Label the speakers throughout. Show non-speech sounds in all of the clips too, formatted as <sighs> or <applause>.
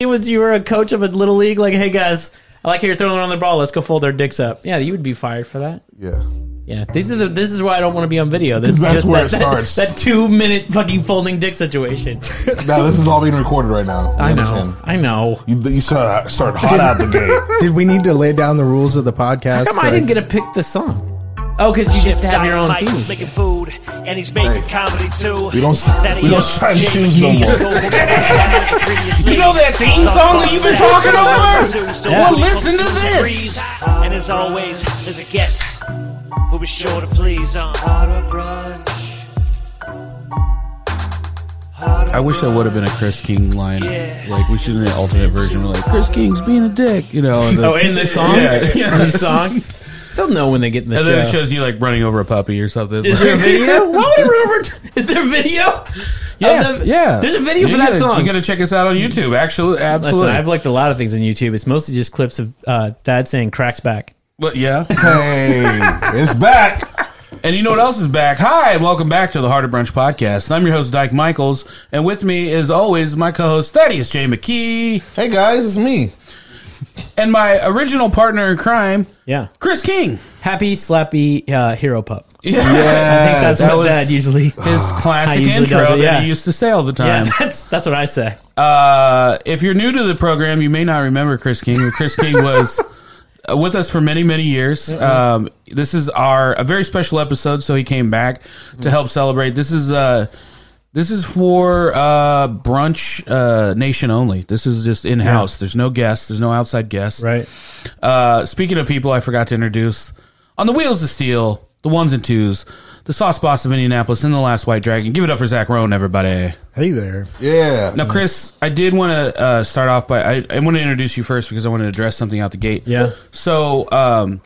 Speaker 1: It was you were a coach of a little league. Like, hey guys, I like how you're throwing on the ball. Let's go fold their dicks up. Yeah, you would be fired for that.
Speaker 2: Yeah.
Speaker 1: Yeah, these are the. This is why I don't want to be on video. This
Speaker 2: 'Cause
Speaker 1: is
Speaker 2: that's
Speaker 1: just
Speaker 2: where
Speaker 1: that,
Speaker 2: it starts.
Speaker 1: That, that two minute fucking folding dick situation.
Speaker 2: Now this is all being recorded right now. You
Speaker 1: I know.
Speaker 3: <laughs>
Speaker 2: understand?
Speaker 1: I know.
Speaker 2: You, you started start hot out the
Speaker 1: <laughs>
Speaker 2: gate.
Speaker 4: Did we need to lay down the rules of the podcast?
Speaker 1: Come on, I
Speaker 4: Like,
Speaker 1: didn't get to pick the song. Oh, because you just have your own
Speaker 5: Mike's
Speaker 1: theme.
Speaker 5: making food, and he's making
Speaker 2: Hey.
Speaker 5: comedy too.
Speaker 2: We don't- we don't sign shoes no more.
Speaker 5: more.
Speaker 2: <laughs>
Speaker 6: You know that theme song that you've been talking
Speaker 5: over?
Speaker 6: Well, listen to this.
Speaker 5: And as always, there's a guest who is sure to please. Um, <laughs>
Speaker 3: I wish that would have been a Chris King line.
Speaker 5: Yeah.
Speaker 3: Like we should have an alternate version. We're like Chris King's being a dick, you know. And then,
Speaker 1: Oh, in the song.
Speaker 3: Yeah.
Speaker 1: <laughs> In the song. They'll know when they get in the
Speaker 3: and
Speaker 1: show.
Speaker 3: then it shows you like running over a puppy or something.
Speaker 1: Is
Speaker 3: <laughs>
Speaker 1: there a <laughs> video? Why would everyone ever t- <laughs> Is there a video?
Speaker 3: Yeah,
Speaker 1: Of the-
Speaker 3: yeah.
Speaker 1: There's a video
Speaker 3: You
Speaker 1: for that
Speaker 3: gotta-
Speaker 1: song.
Speaker 3: You gotta check us out on YouTube. Actually,
Speaker 1: Listen,
Speaker 3: absolutely.
Speaker 1: I've looked a lot of things on YouTube. It's mostly just clips of uh, Dad saying "cracks back."
Speaker 3: But yeah,
Speaker 2: hey, it's back.
Speaker 3: and you know what else is back? Hi, and welcome back to the Heart of Brunch podcast. I'm your host Dyke Michaels, and with me, as always, my co-host Thaddeus J. McKee
Speaker 2: Hey guys, it's me.
Speaker 3: and my original partner in crime,
Speaker 1: Yeah,
Speaker 3: Chris King.
Speaker 1: happy slappy uh, hero pup.
Speaker 3: <laughs> Yeah,
Speaker 1: I think that's
Speaker 3: that
Speaker 1: what
Speaker 3: was
Speaker 1: Dad usually. <laughs> <sighs>
Speaker 3: his
Speaker 1: I
Speaker 3: classic
Speaker 1: usually
Speaker 3: intro
Speaker 1: does it, yeah.
Speaker 3: that he used to say all the
Speaker 1: Yeah,
Speaker 3: time.
Speaker 1: that's that's what I say.
Speaker 3: <laughs> Uh, if you're new to the program, you may not remember Chris King. Chris King was
Speaker 1: <laughs>
Speaker 3: uh, with us for many, many years.
Speaker 1: Mm-hmm.
Speaker 3: Um, this is our a very special episode, so he came back
Speaker 1: Mm-hmm.
Speaker 3: to help celebrate. This is uh, this is for uh, brunch uh, nation only. This is just in house. There's no guests. There's no outside guests.
Speaker 1: Right.
Speaker 3: Uh, speaking of people, I forgot to introduce on the wheels of steel, the ones and twos, the sauce boss of Indianapolis, and the last white dragon. Give it up for Zach Roan, everybody.
Speaker 4: hey there.
Speaker 2: Yeah.
Speaker 3: Now, Chris, I did want to uh, start off by I, I want to introduce you first because I want to address something out the gate.
Speaker 1: Yeah.
Speaker 3: So, um,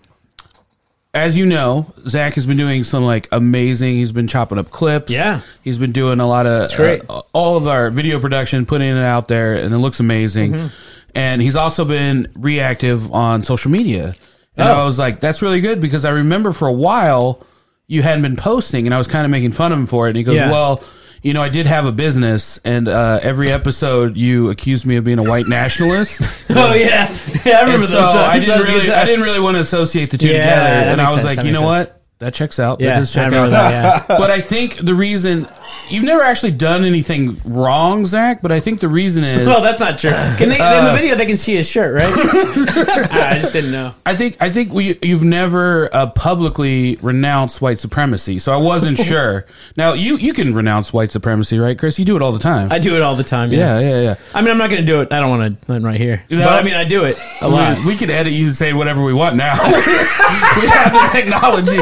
Speaker 3: as you know, Zach has been doing some like amazing. He's been chopping up clips.
Speaker 1: Yeah.
Speaker 3: He's been doing a lot of
Speaker 1: great.
Speaker 3: uh, all of our video production, putting it out there, and it looks amazing.
Speaker 1: Mm-hmm.
Speaker 3: And he's also been reactive on social media.
Speaker 1: Oh.
Speaker 3: And I was like, that's really good because I remember for a while you hadn't been posting, and I was kind of making fun of him for it. And he goes,
Speaker 1: Yeah.
Speaker 3: well. You know, I did have a business, and uh, every episode you accused me of being a
Speaker 1: <laughs>
Speaker 3: white nationalist.
Speaker 1: Oh yeah, yeah. I
Speaker 3: And
Speaker 1: remember
Speaker 3: so
Speaker 1: those.
Speaker 3: I
Speaker 1: times. That was a
Speaker 3: didn't
Speaker 1: good
Speaker 3: really,
Speaker 1: time.
Speaker 3: I didn't really want to associate the two
Speaker 1: Yeah,
Speaker 3: together,
Speaker 1: that
Speaker 3: and
Speaker 1: makes
Speaker 3: I was
Speaker 1: sense,
Speaker 3: like,
Speaker 1: that
Speaker 3: you know
Speaker 1: makes sense.
Speaker 3: what, that checks out. that
Speaker 1: Yeah,
Speaker 3: does
Speaker 1: I
Speaker 3: check
Speaker 1: remember
Speaker 3: out.
Speaker 1: that.
Speaker 3: <laughs> But I think the reason you've never actually done anything wrong, Zach, but I think the reason is
Speaker 1: Yeah. Well, that's
Speaker 3: <laughs>
Speaker 1: not true. Can they
Speaker 3: Uh,
Speaker 1: in the video they can see his shirt, right? <laughs> I just didn't know.
Speaker 3: I think I think we you've never uh, publicly renounced white supremacy, so
Speaker 1: <laughs>
Speaker 3: I wasn't sure. Now you you can renounce white supremacy, right, Chris? You do it all the time.
Speaker 1: I do it all the time.
Speaker 3: yeah, yeah, yeah.
Speaker 1: I mean, I'm not going to do it. I don't want to. I'm right here.
Speaker 3: No.
Speaker 1: But I mean, I do it a lot.
Speaker 3: We, we can edit you to say whatever we
Speaker 1: <laughs>
Speaker 3: want now. we have the technology.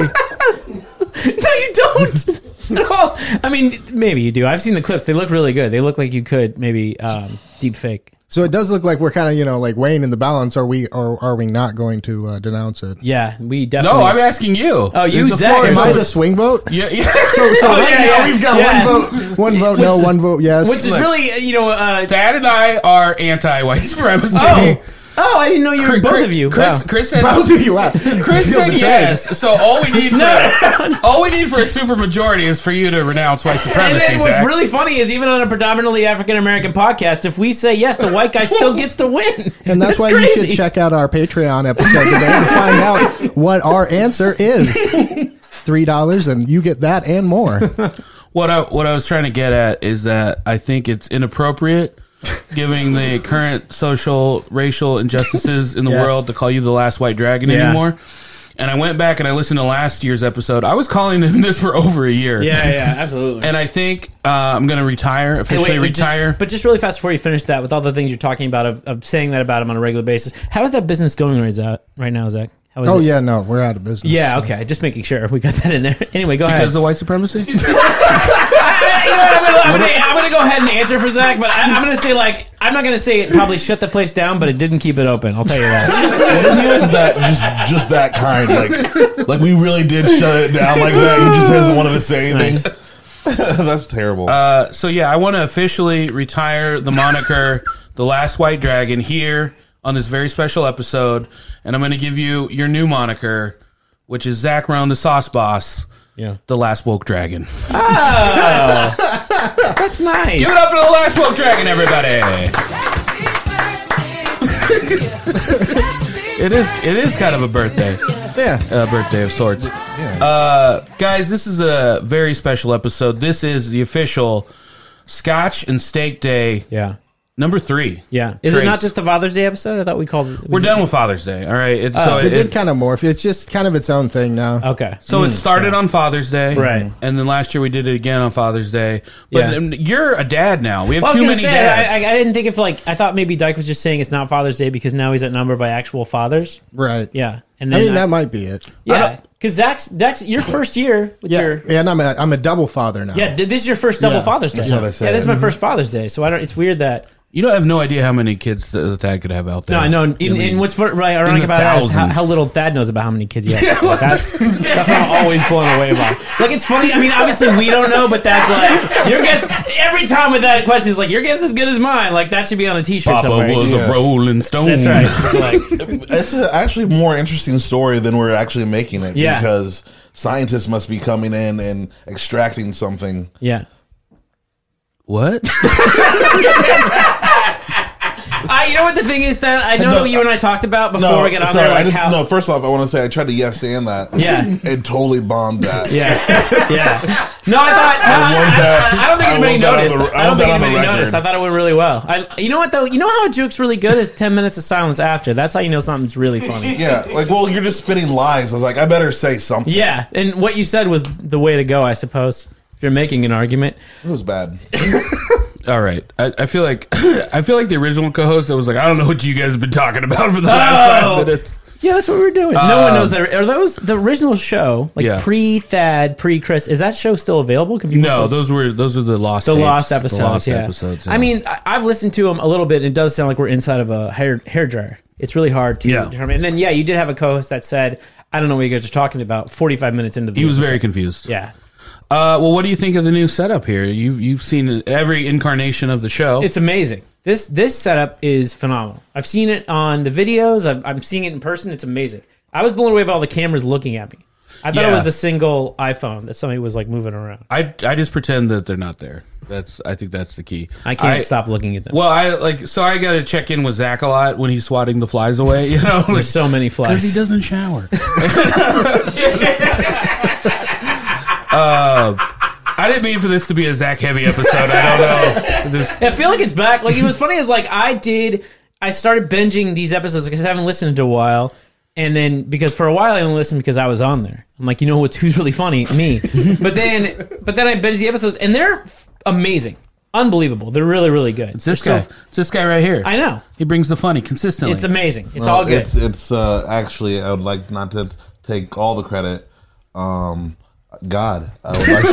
Speaker 1: no, you <laughs> don't. no. I mean, maybe you do. I've seen the clips. They look really good. They look like you could maybe um, deep fake.
Speaker 4: So it does look like we're kind of you know like weighing in the balance. Are we or are we not going to uh, denounce it?
Speaker 1: Yeah, we definitely.
Speaker 3: No, I'm asking you.
Speaker 1: Oh, you,
Speaker 3: The
Speaker 1: Zach,
Speaker 3: floor is
Speaker 4: Am I
Speaker 3: open.
Speaker 4: the swing vote?
Speaker 3: Yeah, <laughs> yeah.
Speaker 4: So, so
Speaker 1: <laughs> Oh,
Speaker 4: right
Speaker 1: yeah,
Speaker 4: now
Speaker 1: yeah,
Speaker 4: we've got
Speaker 1: yeah.
Speaker 4: one vote, one vote no,
Speaker 1: Which-
Speaker 4: one vote yes.
Speaker 1: which is
Speaker 3: Look.
Speaker 1: really, uh, you know. Uh,
Speaker 3: Dad and I are anti-white supremacy.
Speaker 1: oh, oh, I didn't know you were
Speaker 3: Chris-
Speaker 1: both of you.
Speaker 3: Chris,
Speaker 1: Wow.
Speaker 3: Chris said.
Speaker 4: both of you out.
Speaker 3: Chris
Speaker 4: Feel
Speaker 3: said
Speaker 4: betrayed.
Speaker 3: yes. So all we
Speaker 1: <laughs>
Speaker 3: need for all we need for a supermajority is for you to renounce white
Speaker 1: And
Speaker 3: supremacy.
Speaker 1: then what's
Speaker 3: Zach.
Speaker 1: really funny is even on a predominantly African American podcast, if we say yes, the white guy
Speaker 3: <laughs>
Speaker 1: still gets to win.
Speaker 4: And that's, why you should check out our Patreon episode today to find out what our answer
Speaker 1: <laughs>
Speaker 4: is. Three dollars, and you get that and more.
Speaker 3: what I what I was trying to get at is that I think it's inappropriate,
Speaker 1: <laughs>
Speaker 3: given the current social racial injustices in the
Speaker 1: Yeah.
Speaker 3: world, to call you the last white dragon
Speaker 1: Yeah.
Speaker 3: anymore. And I went back and I listened to last year's episode. I was calling him <laughs> this for over a year.
Speaker 1: Yeah, yeah, absolutely.
Speaker 3: And I think uh, I'm going to retire
Speaker 1: Hey,
Speaker 3: officially.
Speaker 1: but just-
Speaker 3: retire.
Speaker 1: but just, really fast before you finish that, with all the things you're talking about of, of saying that about him on a regular basis, how is that business going right, Zach, right now, Zach? How is
Speaker 4: Oh
Speaker 1: it?
Speaker 4: yeah, no, we're out of business.
Speaker 1: Yeah, okay. Just making sure we got that in there. <laughs> Anyway, go
Speaker 3: because
Speaker 1: ahead.
Speaker 3: of white supremacy.
Speaker 1: <laughs> I, you know what, I'm, gonna, I'm, gonna, I'm gonna go ahead and answer for Zach, but I, I'm gonna say like I'm not gonna say it probably shut the place down, but it didn't keep it open. I'll tell you that.
Speaker 2: And he is that just just that kind.
Speaker 1: <laughs>
Speaker 2: Like like we really did shut it down like that. He just doesn't want to say anything. <laughs> That's terrible.
Speaker 1: Uh,
Speaker 3: so yeah, I want to officially retire the moniker "The Last White Dragon" here on this very special episode, and I'm going to give you your new moniker, which is Zach Roan, the Sauce Boss,
Speaker 1: <laughs> Yeah,
Speaker 3: the Last Woke Dragon.
Speaker 1: that's nice.
Speaker 3: Give it up for the Last Woke Dragon, everybody!
Speaker 7: It's very
Speaker 3: It is it is kind of a birthday,
Speaker 4: Yeah.
Speaker 3: uh, birthday of sorts.
Speaker 2: Yeah.
Speaker 3: Uh, guys, this is a very special episode. This is the official Scotch and Steak Day
Speaker 1: Yeah.
Speaker 3: number three.
Speaker 1: Yeah. Is it
Speaker 3: Trace.
Speaker 1: not just the Father's Day episode? I thought we called it.
Speaker 3: We're done with Father's Day. All right. It,
Speaker 1: Oh.
Speaker 3: so
Speaker 4: It
Speaker 3: it,
Speaker 4: did kind of morph. It's just kind of its own thing now.
Speaker 1: Okay.
Speaker 3: so it started on Father's Day,
Speaker 1: Hmm. Right.
Speaker 3: And then last year we did it again on Father's Day. But
Speaker 1: Yeah.
Speaker 3: then you're a dad now. We have
Speaker 1: Well, I was
Speaker 3: too
Speaker 1: gonna
Speaker 3: many
Speaker 1: say, I,
Speaker 3: dads.
Speaker 1: I, I didn't think if like I thought maybe Dyke was just saying it's not Father's Day because now he's at number by actual fathers.
Speaker 4: Right.
Speaker 1: Yeah, and
Speaker 4: I
Speaker 1: then
Speaker 4: mean,
Speaker 1: I-
Speaker 4: that might be it.
Speaker 1: yeah, because Zach's Dex, your first year with
Speaker 4: Yeah.
Speaker 1: your
Speaker 4: Yeah, and I'm a, I'm a double father now.
Speaker 1: yeah, th- this is your first double
Speaker 4: Yeah,
Speaker 1: Father's Day.
Speaker 2: that's what I said.
Speaker 1: Yeah, this is my first Father's Day, so I don't. It's weird that
Speaker 3: you don't have no idea how many kids that Thad could have out there.
Speaker 1: no, I know. And,
Speaker 3: I
Speaker 1: and,
Speaker 3: mean-
Speaker 1: and what's fun- right, ironic
Speaker 3: the
Speaker 1: about that is how,
Speaker 3: thousands.
Speaker 1: how little Thad knows about how many kids he has. Like, that's that's what I'm always blown away by. Like it's funny. I mean, obviously we don't know, but that's like your guess. Every time with that question is like your guess is good as mine. Like that should be on a T-shirt
Speaker 3: Papa
Speaker 1: somewhere.
Speaker 3: was
Speaker 2: Yeah.
Speaker 3: a Rolling Stone.
Speaker 1: that's
Speaker 3: <laughs>
Speaker 1: right. It's like-
Speaker 2: It's a actually more interesting story than we're actually making it
Speaker 1: Yeah.
Speaker 2: because scientists must be coming in and extracting something.
Speaker 1: yeah.
Speaker 3: What? <laughs>
Speaker 1: I, you know what the thing is that I know
Speaker 2: No,
Speaker 1: what you and I talked about before
Speaker 2: No,
Speaker 1: we got on
Speaker 2: sorry,
Speaker 1: there,
Speaker 2: I
Speaker 1: like
Speaker 2: just,
Speaker 1: how.
Speaker 2: no. First off, I want to say I tried to yes and that.
Speaker 1: Yeah.
Speaker 2: and totally bombed that.
Speaker 1: Yeah, <laughs> yeah. No, I thought. no, I,
Speaker 2: want
Speaker 1: I-
Speaker 2: that.
Speaker 1: I don't think
Speaker 2: I
Speaker 1: anybody
Speaker 2: want that on
Speaker 1: noticed.
Speaker 2: the- I
Speaker 1: I don't think
Speaker 2: want that on the
Speaker 1: anybody
Speaker 2: record.
Speaker 1: noticed. I thought it went really well. I, you know what though? You know how a joke's really good is ten minutes of silence after. That's how you know something's really
Speaker 2: <laughs>
Speaker 1: funny.
Speaker 2: Yeah, like well, you're just spitting lies. I was like, I better say something.
Speaker 1: Yeah, and what you said was the way to go, I suppose. If you're making an argument,
Speaker 2: It was bad.
Speaker 3: All right. I, I feel like <laughs> I feel like the original co-host that was like, I don't know what you guys have been talking about for the last
Speaker 1: Oh.
Speaker 3: five minutes.
Speaker 1: yeah, that's what we're doing. no one
Speaker 3: Um,
Speaker 1: knows that. Are those the original show, like
Speaker 3: Yeah.
Speaker 1: pre Thad, pre Chris? Is that show still available? Can people
Speaker 3: No,
Speaker 1: still-
Speaker 3: those were those are the lost
Speaker 1: the
Speaker 3: tapes,
Speaker 1: lost episodes.
Speaker 3: The lost
Speaker 1: yeah.
Speaker 3: episodes.
Speaker 1: I mean, I, I've listened to them a little bit. And it does sound like we're inside of a hair hair dryer. It's really hard to
Speaker 3: Yeah.
Speaker 1: determine. And then, yeah, you did have a co-host that said, "I don't know what you guys are talking about." Forty-five minutes into the,
Speaker 3: he was
Speaker 1: episode.
Speaker 3: very confused.
Speaker 1: yeah.
Speaker 3: Uh, well, what do you think of the new setup here? You you've seen every incarnation of the show.
Speaker 1: It's amazing. This this setup is phenomenal. I've seen it on the videos. I'm, I'm seeing it in person. It's amazing. I was blown away by all the cameras looking at me. I thought it
Speaker 3: Yeah.
Speaker 1: was a single iPhone that somebody was like moving around.
Speaker 3: I I just pretend that they're not there. That's I think that's the key.
Speaker 1: I can't stop looking at them.
Speaker 3: Well, I like so I got to check in with Zach a lot when he's swatting the flies away.
Speaker 1: <laughs>
Speaker 3: You know, like,
Speaker 1: There's so many flies.
Speaker 3: Because he
Speaker 1: <laughs>
Speaker 3: doesn't shower. uh, Uh, I didn't mean for this to be a Zach Heavy episode. I
Speaker 1: <laughs>
Speaker 3: don't know. This,
Speaker 1: I feel like it's back. Like it was funny as like I did. I started binging these episodes because I haven't listened to a while, and then because for a while I only listened because I was on there. I'm like, you know what's <laughs> who's really funny? Me. but then, but then I binged the episodes, and they're f- amazing, unbelievable. They're really, really good.
Speaker 3: it's this
Speaker 1: They're
Speaker 3: guy.
Speaker 1: so-
Speaker 3: It's this guy right here.
Speaker 1: I know.
Speaker 3: He brings the funny consistently.
Speaker 1: It's amazing. It's
Speaker 2: Well,
Speaker 1: all good.
Speaker 2: It's it's uh, actually I would like not to take all the credit. Um, God, I would like to <laughs>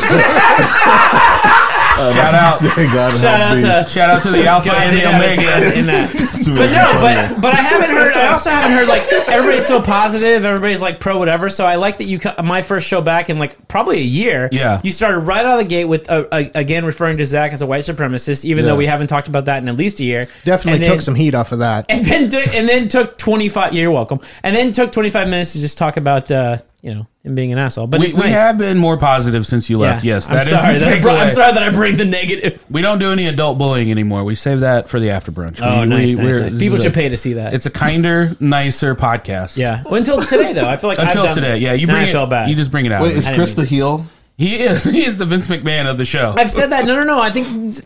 Speaker 3: shout out.
Speaker 2: say God
Speaker 1: Shout out
Speaker 2: help
Speaker 1: to. <laughs>
Speaker 3: Shout out to the Alpha
Speaker 1: God
Speaker 3: and the
Speaker 1: damn, it's good
Speaker 3: Omega.
Speaker 1: in <laughs> that.
Speaker 2: me. Shout,
Speaker 1: But no, but but I haven't heard. I also haven't heard
Speaker 3: <laughs>
Speaker 1: like everybody's so positive. Everybody's like pro whatever. So I like that you co- my first show back in like probably a year.
Speaker 3: Yeah.
Speaker 1: you started right out of the gate with uh, uh, again referring to Zach as a white supremacist, even
Speaker 3: Yeah.
Speaker 1: though we haven't talked about that in at least a year.
Speaker 4: Definitely
Speaker 1: And
Speaker 4: took
Speaker 1: then-
Speaker 4: some heat off of that.
Speaker 1: <laughs> and then do- and then took twenty five. You're welcome. And then took twenty five minutes to just talk about uh, you know him being an asshole. But
Speaker 3: We,
Speaker 1: it's
Speaker 3: we
Speaker 1: nice.
Speaker 3: have been more positive since you
Speaker 1: Yeah.
Speaker 3: left. Yes,
Speaker 1: I'm
Speaker 3: that is
Speaker 1: sorry.
Speaker 3: the
Speaker 1: that I brought- I'm
Speaker 3: segue.
Speaker 1: sorry that I bring the negative.
Speaker 3: We don't do any adult bullying anymore. We save that for the after brunch.
Speaker 1: Oh,
Speaker 3: we,
Speaker 1: nice,
Speaker 3: we-
Speaker 1: nice,
Speaker 3: we're-
Speaker 1: nice.
Speaker 3: this
Speaker 1: People
Speaker 3: is
Speaker 1: should
Speaker 3: a-
Speaker 1: pay to see that.
Speaker 3: It's a kinder, nicer podcast.
Speaker 1: yeah. Well, until today though, I feel like I've
Speaker 3: Until
Speaker 1: done
Speaker 3: today,
Speaker 1: this.
Speaker 3: yeah, you
Speaker 1: Now
Speaker 3: bring
Speaker 1: I
Speaker 3: it.
Speaker 1: feel bad.
Speaker 3: You just bring it out.
Speaker 2: Wait, is
Speaker 1: I
Speaker 2: Chris
Speaker 1: didn't
Speaker 2: the heel?
Speaker 3: He is. <laughs> He is the Vince McMahon of the show.
Speaker 1: I've said that. No, no, no. I think,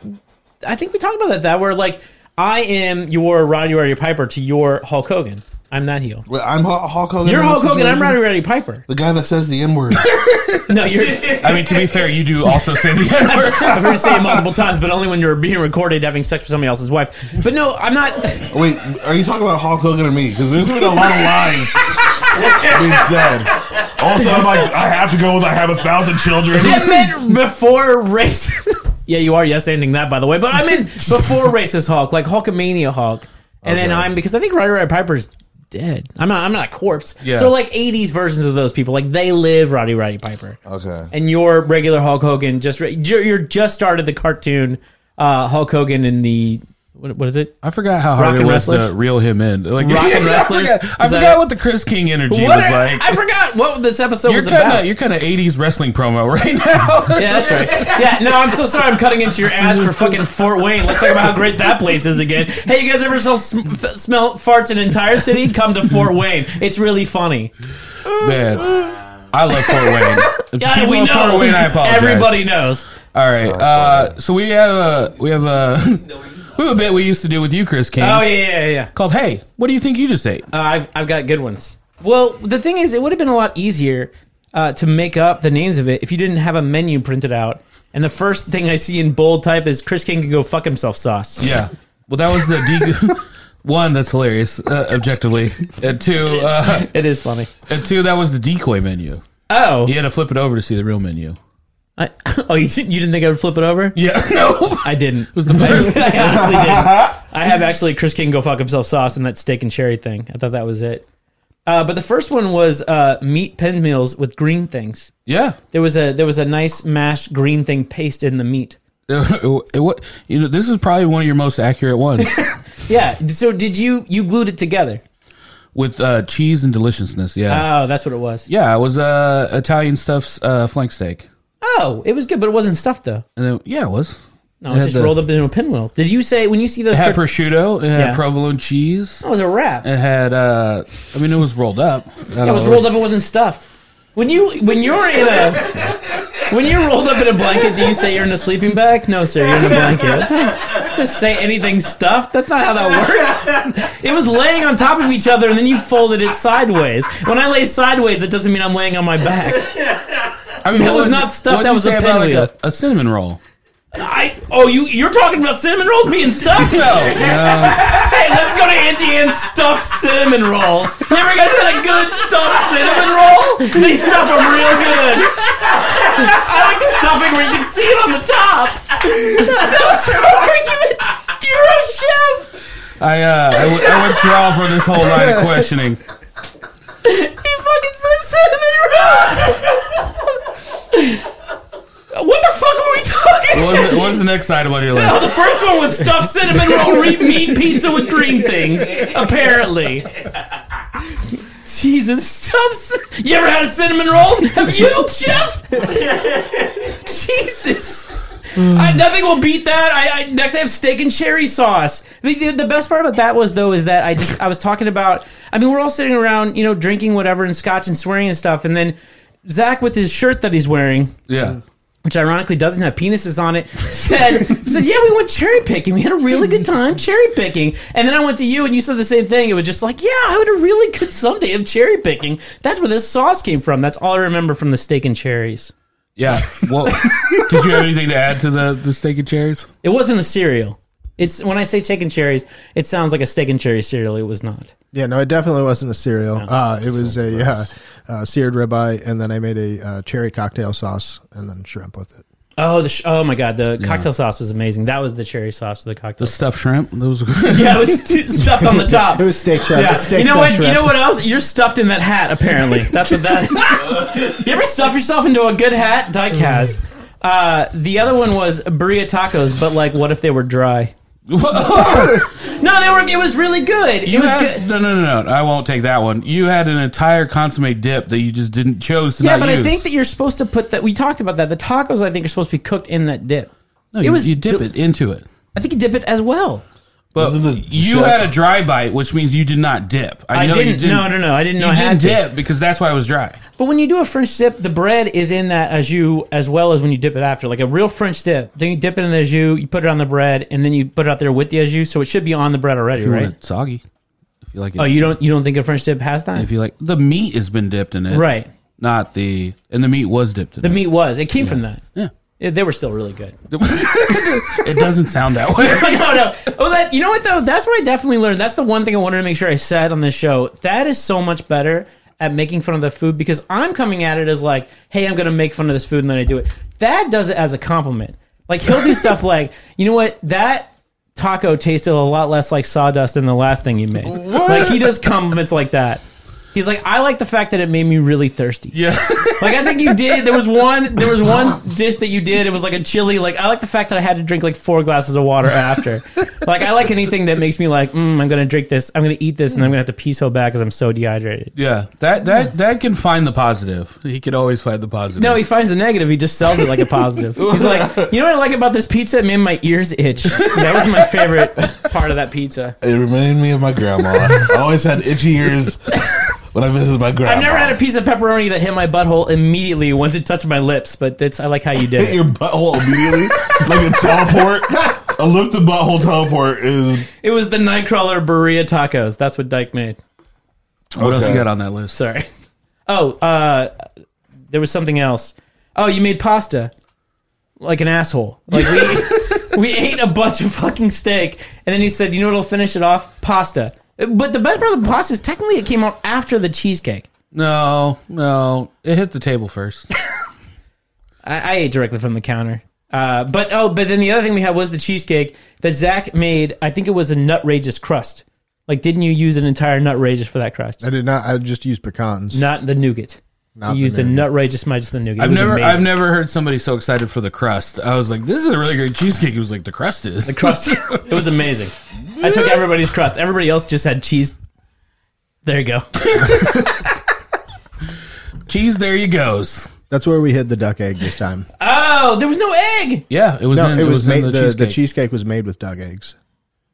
Speaker 1: I think we talked about that. That where like I am your Roddy Roddy Piper to your Hulk Hogan. I'm that heel.
Speaker 2: Wait, I'm Hul- Hulk Hogan.
Speaker 1: You're
Speaker 2: in this
Speaker 1: Hulk Hogan. I'm
Speaker 2: situation?
Speaker 1: Roddy Roddy Piper.
Speaker 2: The guy that says the N word.
Speaker 1: <laughs> No, you're. I've
Speaker 3: I mean, to be fair, you do also say the
Speaker 1: <laughs>
Speaker 3: N word.
Speaker 1: heard you say it multiple times, but only when you're being recorded having sex with somebody else's wife. But no, I'm not.
Speaker 2: Wait, are you talking about Hulk Hogan or me? Because there's been a lot of lies being said. Also, I'm like, I have to go with I have a thousand children. <laughs>
Speaker 1: I meant before race. <laughs> yeah, you are yes ending that by the way. But I meant before racist Hulk, like Hulkamania Hulk, and then
Speaker 2: Okay.
Speaker 1: I'm because I think Roddy Roddy Piper's dead. I'm not. I'm not a corpse.
Speaker 3: Yeah.
Speaker 1: So like 80s versions of those people, like they live Roddy Roddy Piper.
Speaker 2: Okay.
Speaker 1: and your regular Hulk Hogan just you're, you're just started the cartoon uh, Hulk Hogan in the What, what is it?
Speaker 3: I forgot <laughs> how hard
Speaker 1: Rock
Speaker 3: it
Speaker 1: and
Speaker 3: was
Speaker 1: wrestlers?
Speaker 3: to reel him in. Like, <laughs>
Speaker 1: Rock and
Speaker 3: I
Speaker 1: wrestlers?
Speaker 3: forgot, I
Speaker 1: Is that-
Speaker 3: forgot what the Chris King energy
Speaker 1: What?
Speaker 3: was
Speaker 1: <laughs> I,
Speaker 3: like.
Speaker 1: I forgot what this episode
Speaker 3: you're
Speaker 1: was about.
Speaker 3: kind of you're kind of 80s wrestling promo <laughs> right now.
Speaker 1: Yeah, that's
Speaker 3: <laughs>
Speaker 1: right. Yeah, no, I'm so sorry. I'm cutting into your ads for fucking Fort Wayne. Let's talk about how great that place is again. Hey, you guys ever sm- f- smell farts in an entire city? Come to Fort Wayne. It's really funny.
Speaker 3: Man, I love Fort Wayne.
Speaker 1: <laughs>
Speaker 3: If
Speaker 1: Yeah,
Speaker 3: people
Speaker 1: we
Speaker 3: love
Speaker 1: know.
Speaker 3: Fort Wayne. I apologize.
Speaker 1: Everybody knows.
Speaker 3: All right. Uh, so we have a we have a <laughs> we have a bit we used to do with you, Chris King,
Speaker 1: Oh yeah, yeah, yeah.
Speaker 3: called "Hey, what do you think you just ate?"
Speaker 1: Uh, I've I've got good ones. Well, the thing is, it would have been a lot easier uh, to make up the names of it if you didn't have a menu printed out. And the first thing I see in bold type is Chris King can go fuck himself sauce.
Speaker 3: Yeah. Well, that was the de- <laughs> one. That's hilarious, uh, objectively. Uh, two, uh, <laughs>
Speaker 1: It is funny.
Speaker 3: and two. That was the decoy menu.
Speaker 1: Oh,
Speaker 3: You had to flip it over to see the real menu.
Speaker 1: I, <laughs> oh, you, didn't- you didn't think I would flip it over?
Speaker 3: Yeah.
Speaker 1: <laughs>
Speaker 3: No.
Speaker 1: I didn't.
Speaker 3: was the
Speaker 1: <laughs>
Speaker 3: first-
Speaker 1: I honestly didn't. I have actually Chris King go fuck himself sauce and that steak and cherry thing. I thought that was it. Uh, but the first one was uh, meat pen meals with green things.
Speaker 3: Yeah. <laughs>
Speaker 1: There was a there was a nice mashed green thing paste in the meat.
Speaker 3: It wa- you know, this is probably one of your most
Speaker 1: <laughs>
Speaker 3: accurate ones
Speaker 1: Yeah. So did you you glued it together?
Speaker 3: with uh, cheese and deliciousness. Yeah.
Speaker 1: Oh, that's what it was.
Speaker 3: yeah. It was uh, Italian stuff's uh, flank steak,
Speaker 1: Oh, it was good, but it wasn't stuffed though.
Speaker 3: and then yeah, it was.
Speaker 1: No, it was
Speaker 3: had
Speaker 1: just
Speaker 3: the-
Speaker 1: rolled up into a pinwheel. Did you say when you see those?
Speaker 3: It had
Speaker 1: tur-
Speaker 3: prosciutto. It had
Speaker 1: Yeah.
Speaker 3: provolone cheese.
Speaker 1: that was a wrap.
Speaker 3: It had. Uh, I mean, it was rolled up.
Speaker 1: It
Speaker 3: Oh.
Speaker 1: was rolled up. It wasn't stuffed. When you when you're in a when you're rolled up in a blanket, do you say you're in a sleeping bag? No, sir, you're in a blanket. <laughs> Just say anything stuffed. That's not how that works. It was laying on top of each other, and then you folded it sideways. When I lay sideways, it doesn't mean I'm laying on my back.
Speaker 3: I mean,
Speaker 1: that
Speaker 3: what
Speaker 1: was
Speaker 3: would
Speaker 1: not
Speaker 3: you-
Speaker 1: stuffed,
Speaker 3: what would
Speaker 1: that
Speaker 3: you
Speaker 1: was a
Speaker 3: say about, like,
Speaker 1: pinwheel.
Speaker 3: a cinnamon roll.
Speaker 1: I oh you you're talking about cinnamon rolls being stuffed though. Hey, let's go to Auntie Anne's stuffed cinnamon rolls. You ever guys had a good stuffed cinnamon roll? They stuff them real good. I like the stuffing where you can see it on the top. That's so argument. You're a chef.
Speaker 3: I, uh, I, w- I withdraw from this whole line
Speaker 1: <laughs>
Speaker 3: of questioning.
Speaker 1: He fucking says cinnamon roll. What the fuck were we talking?
Speaker 3: What
Speaker 1: about?
Speaker 3: was, the, what was the next item on your
Speaker 1: Oh, <laughs>
Speaker 3: list?
Speaker 1: the first one was stuffed cinnamon roll re- meat pizza with green things. Apparently. Jesus, stuffed. cin- You ever had a cinnamon roll? Have you, chef? Jesus. I, nothing will beat that. I, I next I have steak and cherry sauce. The, the, the best part about that was though is that I just I was talking about. I mean, we're all sitting around, you know, drinking whatever and scotch and swearing and stuff, and then Zach with his shirt that he's wearing
Speaker 3: Yeah.
Speaker 1: which ironically doesn't have penises on it, said, said, yeah, we went cherry picking. We had a really good time cherry picking. And then I went to you and you said the same thing. It was just like, yeah, I had a really good Sunday of cherry picking. That's where this sauce came from. That's all I remember from the steak and cherries.
Speaker 3: Yeah. Well, did you have anything to add to the, the steak and cherries?
Speaker 1: It wasn't a cereal. It's when I say steak and cherries, it sounds like a steak and cherry cereal. It was not.
Speaker 4: Yeah, no, it definitely wasn't a cereal. Uh, it was a uh, uh, seared ribeye, and then I made a uh, cherry cocktail sauce and then shrimp with it.
Speaker 1: Oh, the sh- oh my god, the cocktail sauce was amazing. That was the cherry sauce <laughs> of the cocktail.
Speaker 3: The stuffed shrimp? Those
Speaker 1: <laughs> yeah, it was
Speaker 4: <laughs>
Speaker 1: stuffed on the top.
Speaker 4: It was steak shrimp.
Speaker 1: Yeah.
Speaker 4: just Steak
Speaker 1: you know what?
Speaker 4: stuffed
Speaker 1: You
Speaker 4: shrimp.
Speaker 1: know what else? You're stuffed in that hat. Apparently, that's what that
Speaker 3: <laughs>
Speaker 1: is. you ever stuff yourself into a good hat? Dyke has. Uh, the other one was burrito tacos, but like, what if they were
Speaker 3: <laughs>
Speaker 1: dry? No, they were. It was really good.
Speaker 3: You
Speaker 1: it was
Speaker 3: had,
Speaker 1: good.
Speaker 3: No, no, no, no. I won't take that one. You had an entire consomme dip that you just didn't chose to
Speaker 1: Yeah,
Speaker 3: not
Speaker 1: but I
Speaker 3: use.
Speaker 1: think that you're supposed to put that. We talked about that. The tacos, I think, are supposed to be cooked in that dip.
Speaker 3: no,
Speaker 1: it
Speaker 3: you,
Speaker 1: was
Speaker 3: you dip
Speaker 1: d-
Speaker 3: it into it.
Speaker 1: I think you dip it as well.
Speaker 3: But
Speaker 2: Wasn't the
Speaker 3: you
Speaker 2: chef-
Speaker 3: had a dry bite, which means you did not dip.
Speaker 1: I
Speaker 3: know you
Speaker 1: didn't, No, no, no. I didn't know.
Speaker 3: You
Speaker 1: I had
Speaker 3: didn't
Speaker 1: to.
Speaker 3: dip because that's why it was dry.
Speaker 1: But when you do a French dip, the bread is in that au jus as well as when you dip it after. Like a real French dip, then you dip it in the au jus, you put it on the bread, and then you put it out there with the au jus. So it should be on the bread already,
Speaker 3: If you
Speaker 1: right?
Speaker 3: want it soggy, if you like it,
Speaker 1: Oh, you don't you don't think a French dip has that?
Speaker 3: if you like the meat has been dipped in it,
Speaker 1: right.
Speaker 3: Not the and the meat was dipped in
Speaker 1: The
Speaker 3: it.
Speaker 1: meat was. It came from that.
Speaker 3: Yeah.
Speaker 1: Yeah, They were still really good.
Speaker 3: It doesn't sound that way.
Speaker 1: <laughs> no, no. Oh, that you know what though? That's what I definitely learned. That's the one thing I wanted to make sure I said on this show. That is so much better at making fun of the food because I'm coming at it as like, hey, I'm gonna make fun of this food and then I do it. That does it as a compliment. Like he'll do stuff like, you know what, that taco tasted a lot less like sawdust than the last thing you made. Like he does compliments like that. He's like, I like the fact that it made me really thirsty.
Speaker 3: Yeah.
Speaker 1: Like I think you did. There was one. There was one dish that you did. It was like a chili. Like I like the fact that I had to drink like four glasses of water after. Like I like anything that makes me like, mm, I'm gonna drink this. I'm gonna eat this, and I'm gonna have to pee so bad because I'm so dehydrated.
Speaker 3: yeah. That that that can find the positive. He can always find the positive.
Speaker 1: No, he finds the negative. He just sells it like a positive. He's like, you know what I like about this pizza? It made my ears itch. That was my favorite part of that pizza.
Speaker 2: It reminded me of my grandma. I always had itchy ears when I visited my grandma.
Speaker 1: I've never had a piece of pepperoni that hit my butthole immediately once it touched my lips, but that's I like how you did
Speaker 2: Hit
Speaker 1: it.
Speaker 2: <laughs> your butthole immediately, like a teleport. A lift to butthole teleport is
Speaker 1: It was the Nightcrawler burrito tacos. That's what Dyke made.
Speaker 3: What else
Speaker 2: Okay.
Speaker 3: you got on that list?
Speaker 1: Sorry. <laughs> Oh, uh, there was something else. Oh, you made pasta like an asshole. Like we we ate a bunch of fucking steak, and then he said, "You know what'll finish it off? Pasta." But the best part of the pasta is technically it came out after the cheesecake.
Speaker 3: No, no. It hit the table first.
Speaker 1: I, I ate directly from the counter. Uh, but oh, but then the other thing we had was the cheesecake that Zach made. I think it was a nutrageous crust. Like, didn't you use an entire nutrageous for that crust?
Speaker 4: I did not. I just used pecans.
Speaker 1: Not the nougat.
Speaker 4: Not the
Speaker 1: you used
Speaker 4: nougat.
Speaker 1: a nutrageous, not just the nougat. It
Speaker 3: I've
Speaker 1: was
Speaker 3: never
Speaker 1: amazing.
Speaker 3: I've never heard somebody so excited for the crust. I was like, this is a really great cheesecake. He was like, the crust is. The
Speaker 1: crust. <laughs> it was amazing. I took everybody's crust. Everybody else just had cheese. There you go.
Speaker 3: Cheese, there you goes.
Speaker 4: That's where we hid the duck egg this
Speaker 1: <laughs>
Speaker 4: time.
Speaker 1: Oh, there was no egg.
Speaker 3: Yeah, it was
Speaker 4: No,
Speaker 3: in,
Speaker 4: it was,
Speaker 3: in
Speaker 4: made. The,
Speaker 3: the,
Speaker 4: the, cheesecake.
Speaker 3: cheesecake.
Speaker 4: was made with duck eggs.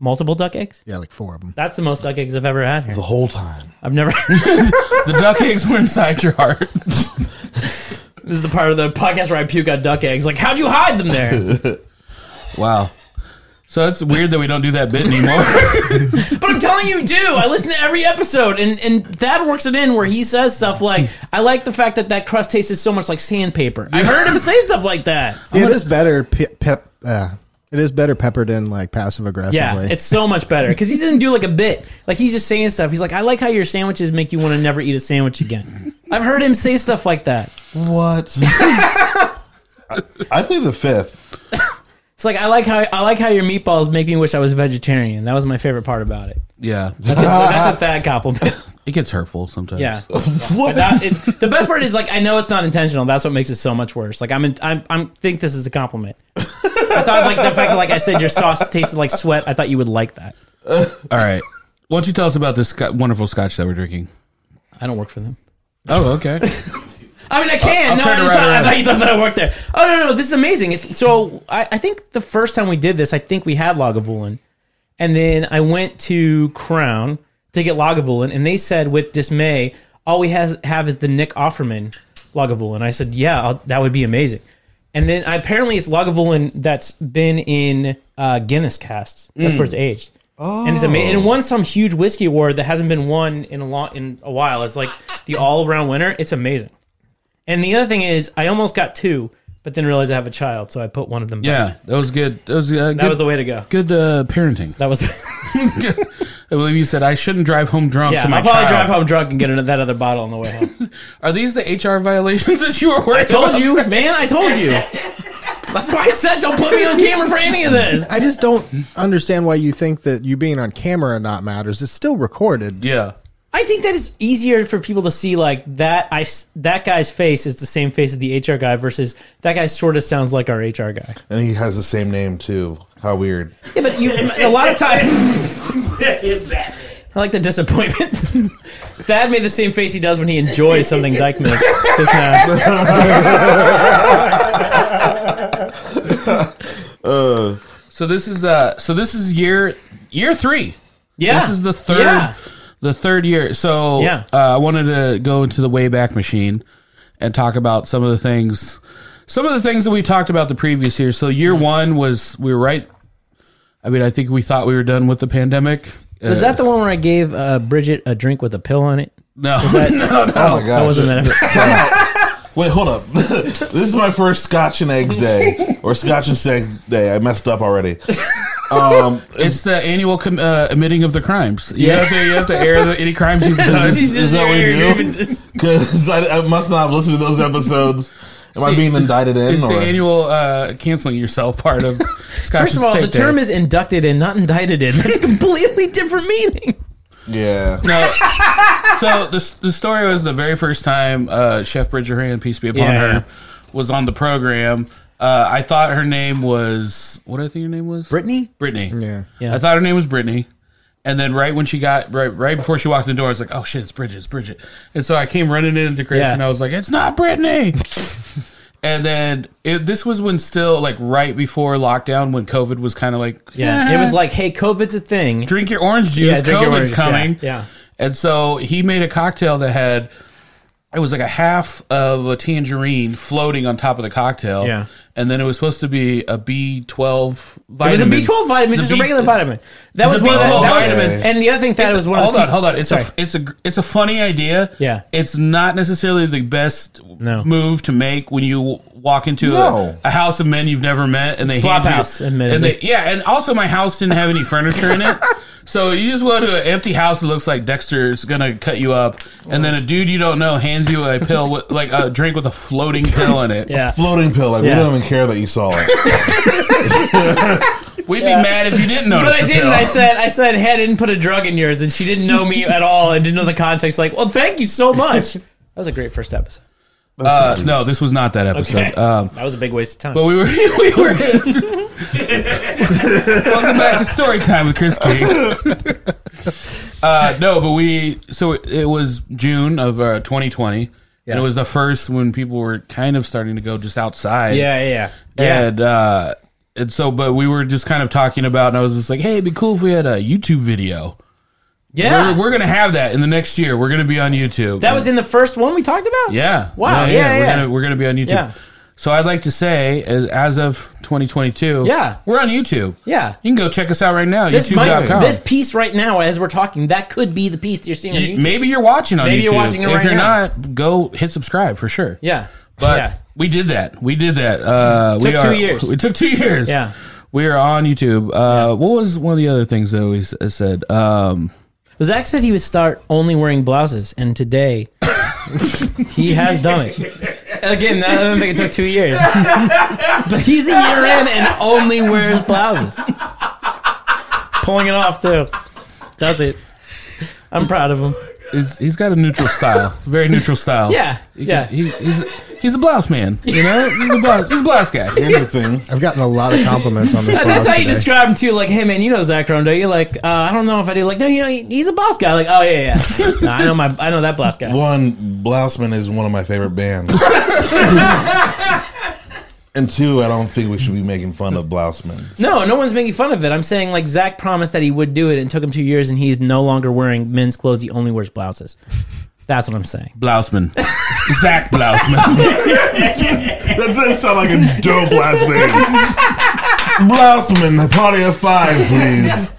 Speaker 1: Multiple duck eggs.
Speaker 4: Yeah, like four of them.
Speaker 1: That's the most duck eggs I've ever had. Here.
Speaker 2: the whole time.
Speaker 1: I've never. <laughs>
Speaker 3: the duck eggs were inside your heart.
Speaker 1: this is the part of the podcast where I puke out duck eggs. Like, how'd you hide them <laughs> there?
Speaker 3: Wow. So it's weird that we don't do that bit anymore.
Speaker 1: but I'm telling you, you do. I listen to every episode, and and Thad works it in where he says stuff like, "I like the fact that that crust tasted so much like sandpaper." I've heard him say stuff like <laughs> that.
Speaker 4: It is better. Pe- pep. Uh, it is better peppered in like passive aggressively.
Speaker 1: Yeah, it's so much better because he doesn't do like a bit. Like he's just saying stuff. He's like, "I like how your sandwiches make you want to never eat a sandwich again." I've heard him say stuff like that.
Speaker 2: <laughs> What? I, I play the fifth.
Speaker 1: It's like I like how I like how your meatballs make me wish I was vegetarian. That was my favorite part about it.
Speaker 3: yeah.
Speaker 1: That's a, that's a bad compliment.
Speaker 3: It gets hurtful sometimes.
Speaker 1: Yeah,
Speaker 2: What?
Speaker 1: That- it's- the best part is like I know it's not intentional. That's what makes it so much worse. Like I'm in, I'm I'm think this is a compliment. I thought like the fact that like I said your sauce tasted like sweat. I thought you would like that.
Speaker 3: All right. Why don't you tell us about this sc- wonderful scotch that we're drinking?
Speaker 1: I don't work for them.
Speaker 3: Oh, okay.
Speaker 1: I mean, I can.
Speaker 3: I'll
Speaker 1: no,
Speaker 3: turn
Speaker 1: I,
Speaker 3: it
Speaker 1: just thought,
Speaker 3: right
Speaker 1: I
Speaker 3: around.
Speaker 1: thought you thought that I worked there. Oh no, no, this is amazing. It's, so I, I think the first time we did this, I think we had Lagavulin, and then I went to Crown to get Lagavulin, and they said with dismay, all we has, have is the Nick Offerman Lagavulin. I said, yeah, I'll, that would be amazing. And then apparently it's Lagavulin that's been in uh, Guinness casts. That's
Speaker 3: Mm.
Speaker 1: where it's aged. Oh. And it's amazing. And it won some huge whiskey award that hasn't been won in a long in a while. It's like
Speaker 3: <laughs>
Speaker 1: the all around winner. It's amazing. And the other thing is, I almost got two, but then realized I have a child, so I put one of them. back.
Speaker 3: <laughs> Yeah, that was good. That was uh, good.
Speaker 1: that was the way to go.
Speaker 3: good uh, parenting. <laughs>
Speaker 1: That was. <laughs>
Speaker 3: I believe you said I shouldn't drive home drunk
Speaker 1: yeah,
Speaker 3: to my
Speaker 1: I'll probably
Speaker 3: child.
Speaker 1: drive home drunk and get another, that other bottle on the way <laughs> home.
Speaker 3: Are these the HR violations <laughs> that you were worried
Speaker 1: I told
Speaker 3: about?
Speaker 1: you, man. I told you. That's why I said don't put me on camera for any of this.
Speaker 4: I just don't understand why you think that you being on camera not matters. It's still recorded.
Speaker 3: <laughs> Yeah.
Speaker 1: I think that it's easier for people to see like that. I s- that guy's face is the same face as the HR guy versus that guy sort of sounds like our HR guy.
Speaker 2: And he has the same name too. How weird.
Speaker 1: Yeah, but you a lot of times. I like the disappointment. <laughs> Dad made the same face he does when he enjoys something Dyke makes just now.
Speaker 3: So this is uh so this is year year 3.
Speaker 1: Yeah,
Speaker 3: This is the third
Speaker 1: Yeah.
Speaker 3: the third year. So
Speaker 1: Yeah.
Speaker 3: uh, I wanted to go into the Wayback Machine and talk about some of the things some of the things that we talked about the previous year. So year
Speaker 1: Mm-hmm.
Speaker 3: 1 was we were right I mean, I think we thought we were done with the pandemic.
Speaker 1: Was
Speaker 3: Uh,
Speaker 1: that the one where I gave uh, Bridget a drink with a pill on it?
Speaker 3: no, no, no.
Speaker 2: Oh my god.
Speaker 1: That wasn't that.
Speaker 2: Time out. <laughs> Wait, hold up. this is my first Scotch and Eggs day, or Scotch and Sex day. I messed up already. Um,
Speaker 3: <laughs> It's the annual com- uh, admitting of the crimes. You have to, you have to air the, any
Speaker 1: <laughs>
Speaker 3: crimes you've done.
Speaker 2: Is that what you do? <laughs> because I, I must not have listened to those episodes. Am I
Speaker 3: See,
Speaker 2: being indicted in?
Speaker 3: It's
Speaker 2: Or?
Speaker 3: the annual uh, canceling yourself part of Scotch
Speaker 1: First of all, the term is inducted and not indicted in. That's a completely different meaning.
Speaker 2: Yeah.
Speaker 3: No. so the the story was the very first time uh, Chef Bridgerhan, peace be upon
Speaker 1: Yeah,
Speaker 3: her,
Speaker 1: yeah.
Speaker 3: was on the program. Uh, I thought her name was what I think her name was
Speaker 1: Brittany?
Speaker 3: <laughs> Brittany.
Speaker 4: Yeah.
Speaker 1: Yeah.
Speaker 3: I thought her name was Brittany. And then right when she got right right before she walked in the door, I was like, "Oh shit, it's Bridget, it's Bridget." And so I came running into Chris
Speaker 1: Yeah.
Speaker 3: and I was like, "It's
Speaker 1: <laughs>
Speaker 3: not Brittany." and then it, this was when still like right before lockdown when COVID was kind of like
Speaker 1: Yeah. It was like, hey, COVID's a thing.
Speaker 3: drink your orange juice,
Speaker 1: drink
Speaker 3: COVID's
Speaker 1: your orange juice,
Speaker 3: coming.
Speaker 1: Yeah.
Speaker 3: And so he made a cocktail that had it was like a half of a tangerine floating on top of the cocktail.
Speaker 1: Yeah.
Speaker 3: And then it was supposed to be a B twelve
Speaker 1: yeah. It was a
Speaker 3: vitamin.
Speaker 1: B12 vitamin. It's
Speaker 3: It's
Speaker 1: just
Speaker 3: a
Speaker 1: a
Speaker 3: B-
Speaker 1: regular vitamin. That
Speaker 3: It's
Speaker 1: was
Speaker 3: a
Speaker 1: one of the,
Speaker 3: B12
Speaker 1: that was-
Speaker 3: vitamin.
Speaker 1: And the other thing that
Speaker 3: It's-
Speaker 1: was one
Speaker 3: hold
Speaker 1: of the
Speaker 3: on, hold on. It's
Speaker 1: Sorry.
Speaker 3: a it's a it's a funny idea.
Speaker 1: Yeah.
Speaker 3: it's not necessarily the best
Speaker 1: No.
Speaker 3: move to make when you walk into
Speaker 2: No.
Speaker 3: a, a house of men you've never met and they
Speaker 1: Flop
Speaker 3: hand
Speaker 1: house,
Speaker 3: you and
Speaker 1: admittedly.
Speaker 3: they yeah, and also my house didn't have any furniture in
Speaker 1: <laughs>
Speaker 3: it. So you just go to an empty house that looks like Dexter's gonna cut you up, and then a dude you don't know hands you a pill, with, like a drink with a floating pill in it.
Speaker 1: Yeah.
Speaker 2: Floating pill. Like
Speaker 1: Yeah.
Speaker 2: we don't even care that you saw it.
Speaker 3: We'd be mad if you didn't notice.
Speaker 1: But I
Speaker 3: the
Speaker 1: didn't.
Speaker 3: pill.
Speaker 1: I said, I said, hey, I didn't put a drug in yours, and she didn't know me at all and didn't know the context. Like, well, thank you so
Speaker 3: <laughs>
Speaker 1: much. That was a great first episode.
Speaker 3: Uh, no, this was not that episode.
Speaker 1: Okay.
Speaker 3: Um,
Speaker 1: that was a big waste of time.
Speaker 3: But we were <laughs> we were
Speaker 1: <laughs>
Speaker 3: Welcome back to story time with Chris King. Uh, no, but we so it, it was June of uh, 2020, and it was the first when people were kind of starting to go just outside.
Speaker 1: yeah, yeah, yeah. yeah.
Speaker 3: and uh, and so but we were just kind of talking about, and I was just like, hey, it'd be cool if we had a YouTube video.
Speaker 1: Yeah.
Speaker 3: We're, we're gonna have that in the next year. We're gonna be on YouTube.
Speaker 1: that was in the first one we talked about?
Speaker 3: Yeah.
Speaker 1: Wow, yeah,
Speaker 3: We're
Speaker 1: yeah.
Speaker 3: gonna we're gonna be on YouTube.
Speaker 1: Yeah.
Speaker 3: So I'd like to say, as as of 2022,
Speaker 1: Yeah.
Speaker 3: we're on YouTube.
Speaker 1: Yeah.
Speaker 3: You can go check us out right now.
Speaker 1: This, might,
Speaker 3: YouTube.com.
Speaker 1: this piece right now, as we're talking, that could be the piece that you're seeing on
Speaker 3: You-
Speaker 1: YouTube.
Speaker 3: maybe you're watching on
Speaker 1: Maybe
Speaker 3: YouTube.
Speaker 1: you're watching it
Speaker 3: if
Speaker 1: right
Speaker 3: you're
Speaker 1: now.
Speaker 3: not, go hit subscribe for sure.
Speaker 1: Yeah.
Speaker 3: But
Speaker 1: yeah.
Speaker 3: we did that. We did that. Uh, we
Speaker 1: Took
Speaker 3: are,
Speaker 1: two years.
Speaker 3: It took two years.
Speaker 1: Yeah.
Speaker 3: We are on YouTube. Uh, What was one of the other things that we s- uh, said? Um,
Speaker 1: Zach said he would start only wearing blouses, and
Speaker 3: <laughs>
Speaker 1: today he has done it. Again, I don't think it took two years. <laughs> but he's a year in and only wears blouses. Pulling it off, too. Does it. I'm proud of him.
Speaker 3: is he's got a neutral
Speaker 1: <laughs>
Speaker 3: style, very neutral style.
Speaker 1: Yeah,
Speaker 3: He
Speaker 1: yeah.
Speaker 3: Can, he, he's he's a blouse man. You know, he's a blouse. He's a
Speaker 1: <laughs>
Speaker 3: blouse guy.
Speaker 2: Anything.
Speaker 4: I've gotten a lot of compliments on this.
Speaker 1: And <laughs> that's
Speaker 4: blouse
Speaker 1: how you
Speaker 4: today.
Speaker 1: describe him, too. Like, hey, man, you know Zach Ron, don't you? Like, uh, I don't know if I do. Like, no, you know, he- he's a blouse guy. Like, oh, yeah, yeah.
Speaker 3: <laughs>
Speaker 1: No, I know my, I know that blouse guy.
Speaker 2: One, Blouseman is one of my favorite bands. and two, I don't think we should be making fun of Blouseman.
Speaker 1: No, no one's making fun of it. I'm saying like Zach promised that he would do it, and it took him two years, and he's no longer wearing men's clothes. He only wears <laughs> blouses. That's what I'm saying.
Speaker 3: Blouseman. Zach Blouseman.
Speaker 2: That does sound like a dope last name. Blouseman, party of five, please.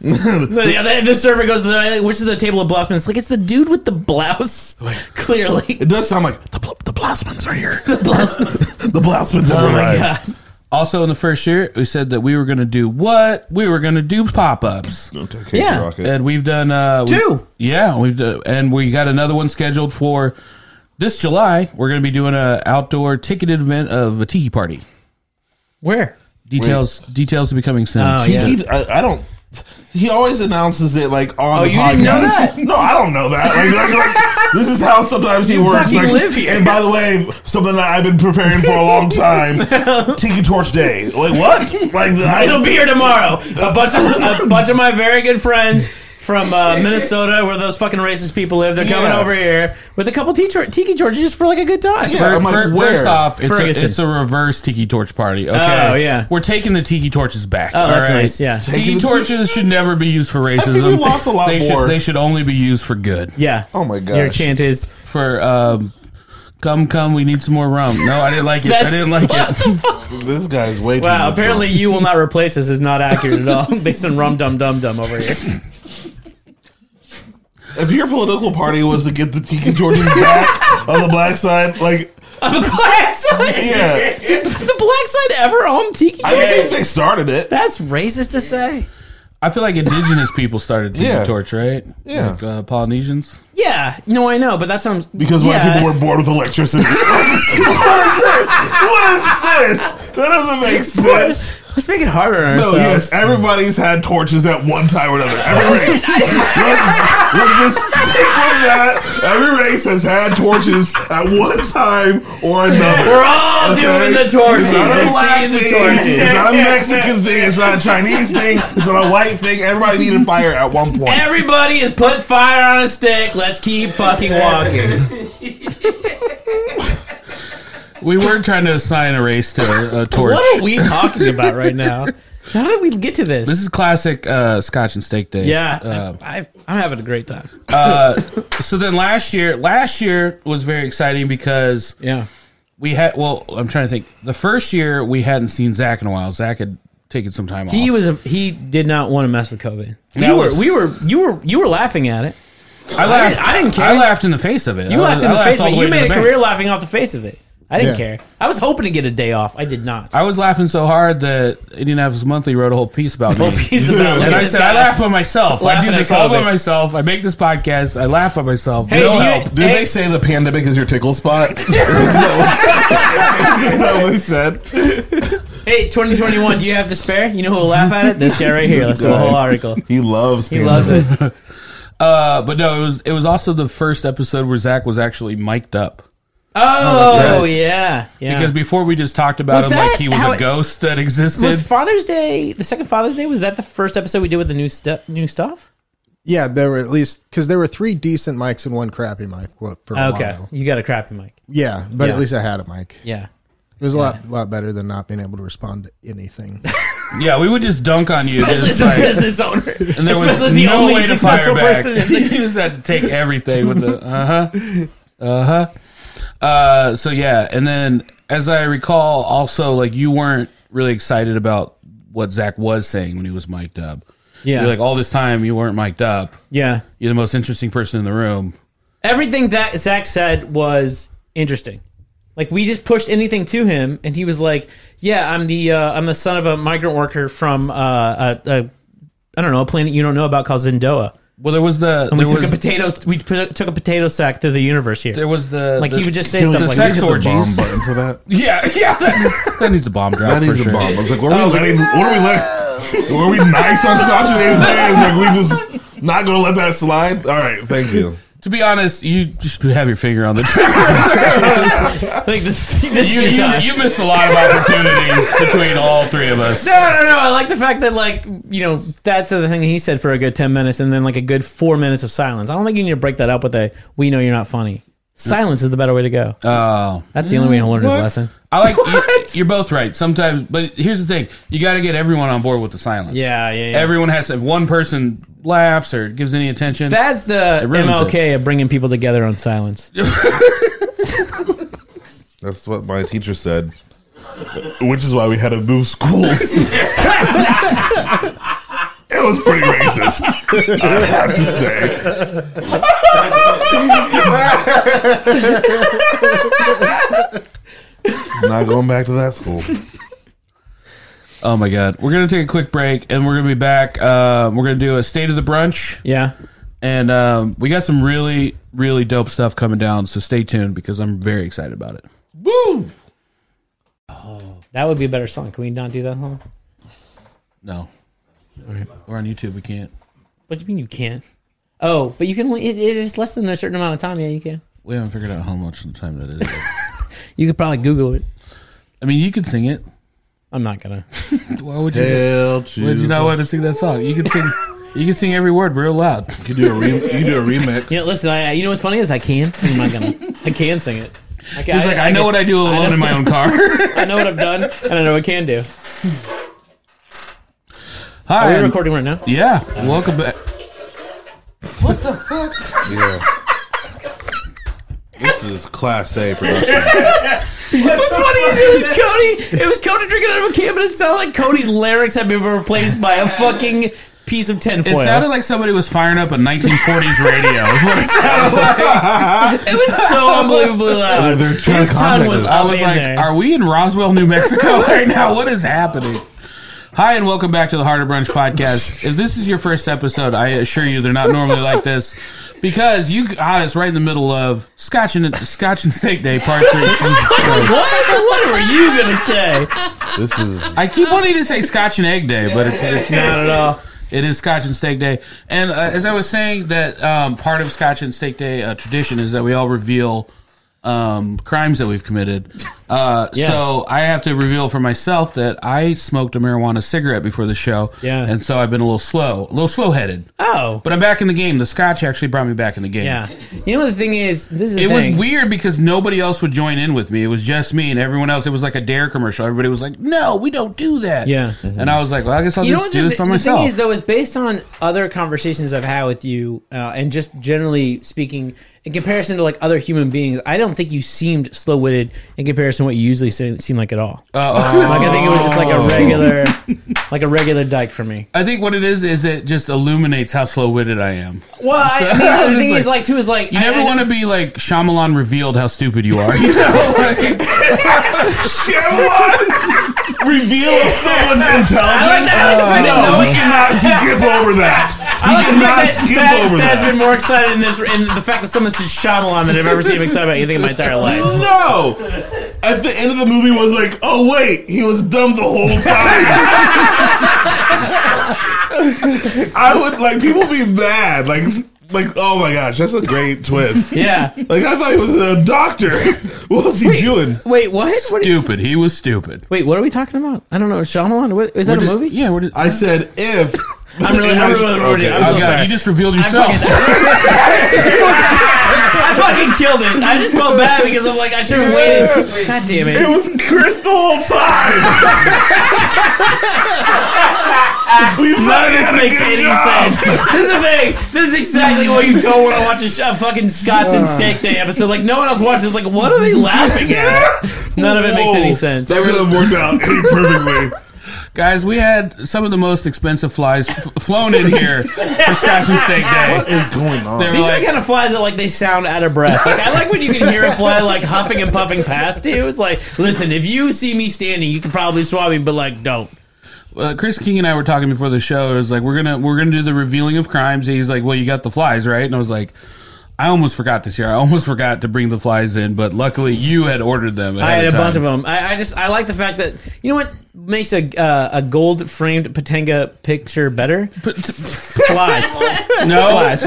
Speaker 1: The, the, the server goes, to the, which is the table of blouses. It's like it's the dude with the blouse. <laughs> Clearly,
Speaker 2: It does sound like the, Bl- the Blousemans are here.
Speaker 1: the blouses.
Speaker 2: The Blousemans have
Speaker 1: Oh my
Speaker 2: arrived.
Speaker 1: god!
Speaker 3: <laughs> also, in the first year, we said that we were going to do what? We were going to do pop ups.
Speaker 2: Okay,
Speaker 1: Yeah.
Speaker 2: Rocket.
Speaker 3: And we've done uh, we-
Speaker 1: Two.
Speaker 3: yeah, we've done, and we got another one scheduled for this July. We're going to be doing a outdoor ticketed event of a tiki party.
Speaker 1: Where?
Speaker 3: Details details are becoming soon.
Speaker 1: Oh,
Speaker 2: He,
Speaker 1: yeah.
Speaker 2: he- I, I don't. He always announces it like
Speaker 1: Oh,
Speaker 2: on the
Speaker 1: you
Speaker 2: podcast.
Speaker 1: didn't know that?
Speaker 2: No, I don't know that. Like, like, like, this is how sometimes he works.
Speaker 1: fucking
Speaker 2: Like,
Speaker 1: live here.
Speaker 2: And by the way, something that I've been preparing for a
Speaker 1: <laughs>
Speaker 2: long time: Tiki Torch Day. Like what? Like I,
Speaker 1: <laughs> It'll be here tomorrow. A bunch of a bunch of my very good friends from
Speaker 2: <laughs>
Speaker 1: uh, Minnesota, where those fucking racist people live, they're coming
Speaker 2: Yeah.
Speaker 1: over here with a couple t- tiki torches just for like a good time.
Speaker 2: Yeah. I'm like, where?
Speaker 3: First off, it's a,
Speaker 1: Ferguson.
Speaker 3: it's a reverse tiki torch party. Okay.
Speaker 1: Oh, yeah.
Speaker 3: We're taking the tiki torches back.
Speaker 1: Oh,
Speaker 3: all
Speaker 1: that's
Speaker 3: right?
Speaker 1: nice, yeah.
Speaker 3: Tiki
Speaker 2: the-
Speaker 3: torches should never be used for racism.
Speaker 2: we lost a lot
Speaker 3: they
Speaker 2: more.
Speaker 3: Should, they should only be used for good.
Speaker 1: Yeah.
Speaker 2: Oh my
Speaker 1: Your
Speaker 2: gosh.
Speaker 1: chant is
Speaker 3: For um, come, come, we need some more rum. No, I didn't like it. I
Speaker 1: That's-
Speaker 3: didn't like it.
Speaker 2: This guy's way too.
Speaker 1: Wow,
Speaker 2: much.
Speaker 1: apparently you will not replace us is not accurate at all based on rum dum dum dum over <laughs> here.
Speaker 2: if your political party was to get the Tiki Torches back on the black side, like
Speaker 1: the black side
Speaker 2: yeah,
Speaker 1: Did the black side ever own tiki
Speaker 2: I think
Speaker 1: torches?
Speaker 2: they started it.
Speaker 1: That's racist to say.
Speaker 3: I feel like indigenous people started tiki
Speaker 2: Yeah.
Speaker 3: torch, right?
Speaker 2: Yeah.
Speaker 3: Like, uh, Polynesians.
Speaker 1: Yeah, no, I know, but that sounds
Speaker 2: Because
Speaker 1: yeah,
Speaker 2: white people were bored with
Speaker 1: <laughs>
Speaker 2: electricity. what is this? What is this? That doesn't make sense.
Speaker 1: Let's make it harder on
Speaker 2: No,
Speaker 1: ourselves. <laughs>
Speaker 2: yes, everybody's had torches at one time or another. Every race. We'll just stick with that. Every race has had torches at one time or another.
Speaker 1: We're all doing the torches.
Speaker 2: It's not
Speaker 1: We're
Speaker 2: a black
Speaker 1: seeing the
Speaker 2: thing.
Speaker 1: torches.
Speaker 2: It's not a Mexican thing. It's not a Chinese thing. It's not a white thing. Everybody needed fire at one point.
Speaker 1: Everybody has put fire on a stick. Let's keep fucking
Speaker 2: <laughs>
Speaker 1: walking.
Speaker 3: We were trying to assign a race to a, a
Speaker 1: <laughs>
Speaker 3: torch.
Speaker 1: What are we talking about right now? How did we get to this?
Speaker 3: This is classic uh, Scotch and Steak Day.
Speaker 1: yeah,
Speaker 3: Uh,
Speaker 1: I, I, I'm having a great time.
Speaker 3: so then last year, last year was very exciting because
Speaker 1: Yeah.
Speaker 3: we had. Well, I'm trying to think. The first year we hadn't seen Zach in a while. Zach had taken some time
Speaker 1: He
Speaker 3: off.
Speaker 1: was a, he did not want to mess with COVID.
Speaker 3: That
Speaker 1: You were
Speaker 3: was-
Speaker 1: we were you were you were laughing at it.
Speaker 3: I laughed.
Speaker 1: didn't- I didn't care.
Speaker 3: I laughed in the face of it.
Speaker 1: You
Speaker 3: I
Speaker 1: laughed in
Speaker 3: I
Speaker 1: the face.
Speaker 3: all
Speaker 1: Of it.
Speaker 3: way
Speaker 1: You
Speaker 3: to
Speaker 1: made
Speaker 3: the
Speaker 1: a
Speaker 3: bank.
Speaker 1: career laughing off the face of it. I didn't
Speaker 4: Yeah.
Speaker 1: care. I was hoping to get a day off. I did not. <laughs>
Speaker 3: I was laughing so hard that Indianapolis Monthly wrote a whole piece
Speaker 1: <laughs>
Speaker 3: about me. <laughs>
Speaker 1: He's about
Speaker 3: And I said, I laugh by myself. I do
Speaker 1: Oh, Laughing at
Speaker 3: this all by
Speaker 1: COVID.
Speaker 3: myself. I make this podcast. I laugh by myself.
Speaker 1: Hey,
Speaker 3: No
Speaker 1: do you-
Speaker 3: help.
Speaker 2: Did they say the pandemic is your tickle
Speaker 3: <laughs>
Speaker 2: spot? <laughs> is that what they said?
Speaker 1: Hey, 2021, do you have despair? You know who will laugh at it? This guy right here. Let's do a whole
Speaker 3: <laughs>
Speaker 1: article.
Speaker 2: He loves
Speaker 1: He loves it.
Speaker 3: Uh, but no, it was it was also the first episode where Zach was actually mic'd up.
Speaker 1: Oh,
Speaker 3: right.
Speaker 1: yeah, yeah.
Speaker 3: Because before we just talked about
Speaker 1: Was
Speaker 3: him like
Speaker 1: that
Speaker 3: he was
Speaker 1: how
Speaker 3: a
Speaker 1: it-
Speaker 3: ghost that
Speaker 1: was
Speaker 3: existed.
Speaker 1: Father's Day the second Father's Day? Was that the first episode we did with the new stuff? New stuff?
Speaker 4: Yeah, there were at least because there were three decent mics and one crappy mic wa- for a
Speaker 1: Okay,
Speaker 4: while.
Speaker 1: you got a crappy mic.
Speaker 4: Yeah, but
Speaker 1: Yeah.
Speaker 4: at least I had a mic.
Speaker 1: Yeah.
Speaker 4: It was a lot, lot better than not being able to respond to anything.
Speaker 3: yeah, we would just dunk on you.
Speaker 1: Especially as
Speaker 3: Just
Speaker 1: a
Speaker 3: like,
Speaker 1: business owner.
Speaker 3: and there
Speaker 1: Especially
Speaker 3: was
Speaker 1: as the
Speaker 3: no
Speaker 1: only
Speaker 3: way to fire
Speaker 1: successful
Speaker 3: back.
Speaker 1: person.
Speaker 3: <laughs> you just had
Speaker 1: <laughs>
Speaker 3: to take everything with the uh huh, uh huh. Uh, so yeah, and then as I recall, also like you weren't really excited about what Zach was saying when he was mic'd up.
Speaker 1: Yeah.
Speaker 3: You're like all this time you weren't mic'd up.
Speaker 1: yeah.
Speaker 3: You're the most interesting person in the room.
Speaker 1: Everything that Zach said was interesting. Like we just pushed anything to him, and he was like, "Yeah, I'm the uh, I'm the son of a migrant worker from uh, a, a I don't know a planet you don't know about called Zendoa."
Speaker 3: Well, there was the
Speaker 1: And we
Speaker 3: there
Speaker 1: took
Speaker 3: was,
Speaker 1: a potato. We p- took a potato sack through the universe here.
Speaker 3: There was the
Speaker 1: Like,
Speaker 3: the-
Speaker 1: he would just say Can we- stuff
Speaker 3: the
Speaker 1: like-
Speaker 3: sex
Speaker 2: the bomb
Speaker 3: orgies.
Speaker 2: button for that.
Speaker 3: <laughs> Yeah,
Speaker 1: <laughs>
Speaker 3: yeah, that, that needs a bomb drop
Speaker 2: That
Speaker 3: for
Speaker 2: is a
Speaker 3: sure. Oh,
Speaker 2: bomb. I was like, were we letting? What are we letting? Were we nice on Scotch and Dave's Days? Like we
Speaker 3: <laughs>
Speaker 2: just not gonna let that slide? All right, thank you.
Speaker 3: To be honest, you just have your finger on the trigger.
Speaker 1: <laughs> <laughs> like this, this
Speaker 3: you,
Speaker 1: is your
Speaker 3: you,
Speaker 1: time.
Speaker 3: you missed a lot of opportunities between all three of
Speaker 2: <laughs>
Speaker 3: us.
Speaker 1: <laughs> No, no, no. I like the fact that, like, you know, that's the thing that he said for a good 10 minutes and then, like, a good four minutes of silence. I don't think you need to break that up with a, we know you're not funny. Silence is the better way to go.
Speaker 3: <laughs> Oh,
Speaker 1: That's the only way he'll learn his lesson.
Speaker 3: I like you, you're both right. Sometimes, but here's the thing: you got to get everyone on board with the silence.
Speaker 1: Yeah, yeah, yeah.
Speaker 3: Everyone has to. If one person laughs or gives any attention,
Speaker 1: That's the
Speaker 3: ruins
Speaker 1: MLK of bringing people together on silence.
Speaker 2: That's what my teacher said, which is why we had to move schools. <laughs> it was pretty racist, I have to say. Not going back to that school.
Speaker 3: oh my god, we're gonna take a quick break and we're gonna be back. Uh, we're gonna do a state of the brunch.
Speaker 1: Yeah.
Speaker 3: And um, we got some really, really dope stuff coming down. So stay tuned because I'm very excited about it.
Speaker 2: Woo!
Speaker 1: That would be a better song. Can we not do that song?
Speaker 3: No. We're on YouTube. We can't.
Speaker 1: What do you mean you can't? Oh, but you can only, it, it's less than a certain amount of time. Yeah, you can.
Speaker 3: We haven't figured out how much of the time that is.
Speaker 1: You could probably Google it.
Speaker 3: I mean, you could sing it.
Speaker 1: I'm not gonna.
Speaker 3: Why would you?
Speaker 2: Hell,
Speaker 3: Why would you not want to sing that song? You could sing. You could sing every word real loud.
Speaker 2: You do a re- you do a remix.
Speaker 1: Yeah, listen. I, you know what's funny is I can. I'm not gonna. I can sing it. I can,
Speaker 3: It's like I, know
Speaker 1: can-
Speaker 3: what I do alone in my
Speaker 1: <laughs>
Speaker 3: own car.
Speaker 1: I know what I've done, and I know what I can do. Are
Speaker 3: Hi.
Speaker 1: we
Speaker 3: and-
Speaker 1: recording right now?
Speaker 3: Yeah. Welcome back.
Speaker 2: Yeah. This is class A production.
Speaker 1: <laughs> What's funny is it <laughs> was Cody. It was Cody drinking out of a can, but it sounded like Cody's lyrics had been replaced by a fucking piece of
Speaker 3: It
Speaker 1: tinfoil.
Speaker 3: sounded like somebody was firing up a 1940s radio. Is what it sounded
Speaker 1: <laughs>
Speaker 3: like.
Speaker 1: it was <laughs> so unbelievably loud.
Speaker 2: They're trying
Speaker 1: His
Speaker 2: to
Speaker 1: tongue
Speaker 2: contact
Speaker 1: was
Speaker 2: us.
Speaker 1: up
Speaker 3: I was
Speaker 1: in
Speaker 3: like,
Speaker 1: there.
Speaker 3: are we in Roswell,
Speaker 1: <laughs>
Speaker 3: New Mexico right now? What is happening? Hi, and welcome back to the Heart of Brunch podcast. If this is your first episode, I assure you they're not normally like this because you got us right in the middle of Scotch and, Scotch and Steak Day Part
Speaker 1: <laughs>
Speaker 3: 3. Jesus Christ.
Speaker 1: what? What were you gonna say?
Speaker 2: This is
Speaker 3: I keep wanting to say Scotch and Egg Day, but it's, it's
Speaker 1: Not at all.
Speaker 3: It is Scotch and Steak Day, and uh, as I was saying, that um, part of Scotch and Steak Day uh, tradition is that we all reveal um, crimes that we've committed. Uh, So I have to reveal for myself that I smoked a marijuana cigarette before the show,
Speaker 1: Yeah.
Speaker 3: and so I've been a little slow, a little slow headed.
Speaker 1: Oh,
Speaker 3: But I'm back in the game. The Scotch actually brought me back in the game.
Speaker 1: yeah. You know the thing is, this is the
Speaker 3: It was
Speaker 1: thing.
Speaker 3: weird because nobody else would join in with me. It was just me and everyone else. It was like a dare commercial. Everybody was like, "No, we don't do that."
Speaker 1: Yeah.
Speaker 3: and I was like, "Well, I guess I'll
Speaker 1: You know
Speaker 3: just
Speaker 1: what
Speaker 3: do
Speaker 1: the,
Speaker 3: this by
Speaker 1: the
Speaker 3: myself."
Speaker 1: thing is though is based on other conversations I've had with you, uh, and just generally speaking, in comparison to like other human beings, I don't think you seemed slow witted in comparison to what you usually se- seem like at all. <laughs> Like I think it was just like a regular, like a regular dyke for me.
Speaker 3: I think what it is is it just illuminates how slow witted I am.
Speaker 1: Well, <laughs> I, I mean, the
Speaker 3: I'm
Speaker 1: other
Speaker 3: just
Speaker 1: thing
Speaker 3: like-
Speaker 1: is like too is like
Speaker 3: You never want to be like Shyamalan revealed how stupid
Speaker 1: <laughs>
Speaker 3: you are. You know, like,
Speaker 2: <laughs> Reveal if someone's intelligent.
Speaker 1: I like the fact that no
Speaker 2: no,
Speaker 1: one-
Speaker 2: we
Speaker 1: <laughs>
Speaker 2: cannot skip over that. We
Speaker 1: I like the
Speaker 2: cannot
Speaker 1: fact that
Speaker 2: skip
Speaker 1: Thad-
Speaker 2: over
Speaker 1: Thad's
Speaker 2: that.
Speaker 1: been more excited in this, in the fact that someone says Shyamalan than I've ever seen him excited about anything in my entire life.
Speaker 2: No! At the end of the movie was like, oh wait, he was dumb the whole time. <laughs> I would like people be mad. Like s- like oh my gosh, that's a great twist.
Speaker 1: Yeah.
Speaker 2: Like I thought he was a doctor. <laughs> What was he doing?
Speaker 1: <laughs> Wait, what? what are you-
Speaker 3: stupid. He was stupid.
Speaker 1: wait, what are we talking about? I don't know. Shyamalan? What, is that a movie?
Speaker 3: Yeah. What did, Oh,
Speaker 2: I said if
Speaker 1: I'm really- I'm really-
Speaker 2: Okay,
Speaker 1: I'm
Speaker 2: I
Speaker 1: so
Speaker 2: got-
Speaker 1: sorry.
Speaker 3: you just
Speaker 1: <laughs>
Speaker 3: revealed yourself.
Speaker 1: I fucking killed it. I just felt bad because I'm like, I should have waited. God damn
Speaker 2: It
Speaker 1: it.
Speaker 2: was Chris the whole time. we
Speaker 1: None of this makes any sense. This is the thing. This is exactly why you don't want to watch a, sh- a fucking Scotch and Steak Day episode. Like, no one else watches. Like, what are they laughing at? None of it makes any sense.
Speaker 2: That would have worked out perfectly.
Speaker 3: Guys, we had some of the most expensive flies f- flown in
Speaker 1: <laughs>
Speaker 3: here for Scotch and Steak Day.
Speaker 2: is going on?
Speaker 3: They were
Speaker 1: These are
Speaker 3: like,
Speaker 1: the kind of flies that like they sound out of breath. Like I like when you can hear a fly like huffing and puffing past you. It's like, listen, if you see me standing, you can probably swab me, but like, don't.
Speaker 3: uh, Chris King and I were talking before the show. It was like we're gonna we're gonna do the revealing of crimes. And he's like, "Well, you got the flies, right?" And I was like, "I almost forgot this year. I almost forgot to bring the flies in, but luckily you had ordered them.
Speaker 1: I had a
Speaker 3: time.
Speaker 1: bunch of them. I, I just I like the fact that you know what makes a uh, a gold framed Patenga picture better? <laughs> Flies. <laughs>
Speaker 3: No, no,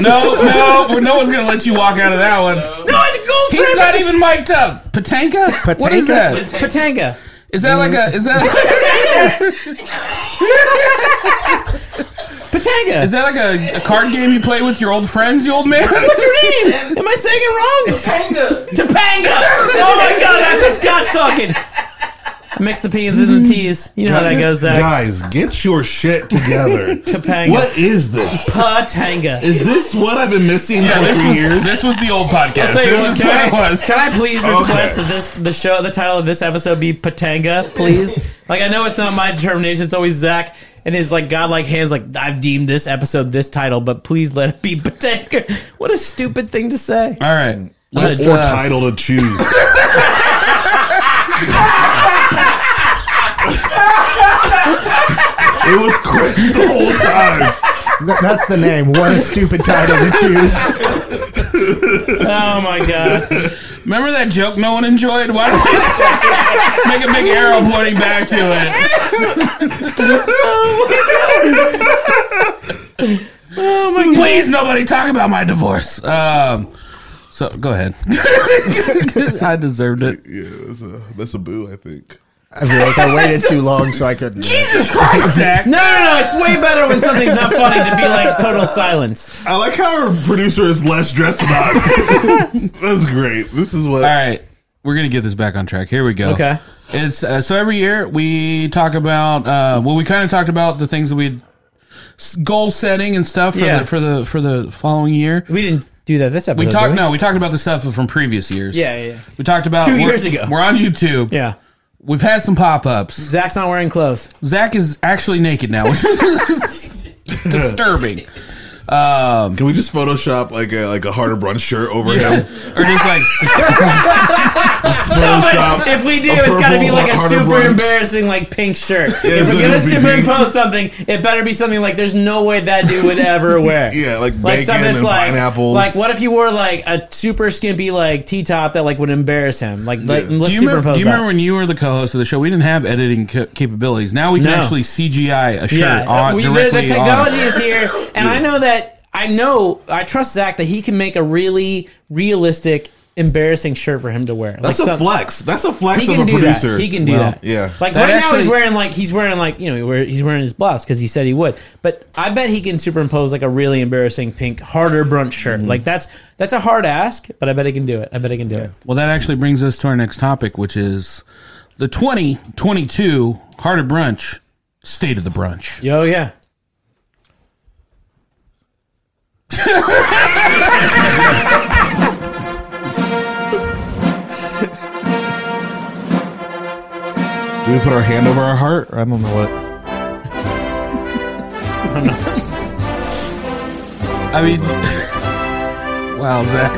Speaker 3: no, no one's gonna let you walk out of that one.
Speaker 1: no, the gold
Speaker 3: He's
Speaker 1: framed
Speaker 3: not even mic'd up. Patanka? What
Speaker 4: Patanka?
Speaker 3: is that?
Speaker 1: Patenga.
Speaker 3: Is that like a? Is that?
Speaker 1: Patenga.
Speaker 3: Is that like a, a card game you play with your old friends, you old man? <laughs>
Speaker 1: What's her name? Am I saying it wrong? Topanga. Topanga. Oh my god, that's a Scotch talking. Mix the P's and the T's. You know how that goes. Zach.
Speaker 2: Guys, get your shit
Speaker 1: <laughs>
Speaker 2: together.
Speaker 1: Topanga.
Speaker 2: what is this?
Speaker 1: Patanga.
Speaker 2: Is this what I've been missing
Speaker 3: Yeah,
Speaker 2: for
Speaker 3: this
Speaker 2: three
Speaker 3: was,
Speaker 2: years?
Speaker 3: this was the old podcast.
Speaker 1: Tell you what,
Speaker 3: This is
Speaker 1: can,
Speaker 3: what it
Speaker 1: I,
Speaker 3: was.
Speaker 1: can I please request
Speaker 2: Okay.
Speaker 1: that this the show the title of this episode be Patanga, <laughs> please? like I know it's not my determination, it's always Zach and his like godlike hands like I've deemed this episode this title, but please let it be Patanga. What a stupid thing to say.
Speaker 3: All right. Let's,
Speaker 2: or
Speaker 3: uh,
Speaker 2: title to <laughs> choose. it was Chris the whole time.
Speaker 4: Th- that's the name. What a stupid title to
Speaker 1: <laughs>
Speaker 4: choose.
Speaker 1: Oh my god.
Speaker 3: remember that joke no one enjoyed? Why don't you <laughs> make a big arrow pointing back to it?
Speaker 1: Oh my god.
Speaker 3: Please, nobody talk about my divorce. Um, so go ahead. <laughs> I deserved it.
Speaker 2: Yeah, that's a, that's a boo, I think.
Speaker 4: I feel like I waited too long, so I couldn't. do it.
Speaker 3: Jesus Christ,
Speaker 1: <laughs>
Speaker 3: Zach.
Speaker 1: No, no, no! It's way better when something's not funny to be like total silence.
Speaker 2: I like how our producer is less dressed than us.
Speaker 1: <laughs>
Speaker 2: that's great. This is what.
Speaker 3: All right, we're gonna get this back on track. Here we go.
Speaker 1: Okay.
Speaker 3: It's uh, so every year we talk about uh, well, we kind of talked about the things that we goal setting and stuff for
Speaker 1: Yeah.
Speaker 3: the for the for the following year.
Speaker 1: We didn't do that this episode.
Speaker 3: We
Speaker 1: did
Speaker 3: talked no, we talked about the stuff from previous years.
Speaker 1: Yeah, yeah, yeah.
Speaker 3: We talked about
Speaker 1: Two
Speaker 3: we're-
Speaker 1: years ago.
Speaker 3: We're on YouTube.
Speaker 1: Yeah.
Speaker 3: We've had some pop ups.
Speaker 1: Zach's not wearing clothes.
Speaker 3: Zach is actually naked now, which is <laughs> disturbing. Um,
Speaker 2: Can we just Photoshop like a like a harder brunch shirt over
Speaker 3: yeah.
Speaker 2: him?
Speaker 3: or just like
Speaker 1: No,
Speaker 2: Photoshop
Speaker 1: but if we do,
Speaker 2: a
Speaker 1: it's got to be
Speaker 2: purple
Speaker 1: like a
Speaker 2: Harder
Speaker 1: super
Speaker 2: Brunch.
Speaker 1: embarrassing, like pink
Speaker 2: <laughs>
Speaker 1: shirt.
Speaker 2: Yeah,
Speaker 1: if
Speaker 2: so
Speaker 1: we're
Speaker 2: it'll
Speaker 1: gonna
Speaker 2: be
Speaker 1: superimpose something, it better be something like there's no way that dude would
Speaker 2: <laughs>
Speaker 1: ever wear.
Speaker 2: Yeah, like
Speaker 1: like
Speaker 2: bacon
Speaker 1: something that's
Speaker 2: and
Speaker 1: like
Speaker 2: pineapples.
Speaker 1: like what if you wore like a super skimpy like t top that like would embarrass him? Like, like <laughs>
Speaker 2: Yeah.
Speaker 1: let's
Speaker 3: do you, remember,
Speaker 1: superimpose
Speaker 3: do you
Speaker 1: that.
Speaker 3: remember when you were the co-host of the show? We didn't have editing ca- capabilities. Now we can
Speaker 1: No.
Speaker 3: actually CGI a shirt
Speaker 1: yeah,
Speaker 3: on
Speaker 1: we- the-
Speaker 3: uh, directly.
Speaker 1: the,
Speaker 3: on.
Speaker 1: technology is
Speaker 2: <laughs>
Speaker 1: here, and I know that I know I trust Zach that he can make a really realistic, embarrassing shirt for him to wear.
Speaker 2: That's
Speaker 1: like
Speaker 2: a
Speaker 1: some-
Speaker 2: flex. That's a flex
Speaker 1: He
Speaker 2: of
Speaker 1: can
Speaker 2: a
Speaker 1: do
Speaker 2: producer.
Speaker 1: that. He can do
Speaker 3: Well,
Speaker 1: that.
Speaker 2: yeah.
Speaker 1: Like
Speaker 3: That
Speaker 1: right now, he's
Speaker 3: actually-
Speaker 1: wearing like he's wearing like you know where he's wearing his blouse because he said he would. But I bet he can superimpose like a really embarrassing pink harder brunch shirt.
Speaker 2: Mm-hmm.
Speaker 1: Like that's that's a hard ask, but I bet he can do it. I bet he can do it.
Speaker 3: Well, that actually brings us to our next topic, which is the 2022 Heart of Brunch State of the Brunch.
Speaker 1: Yo, yeah.
Speaker 2: Do we put our hand over our heart? I don't know what.
Speaker 3: I mean, <laughs> wow, Zach.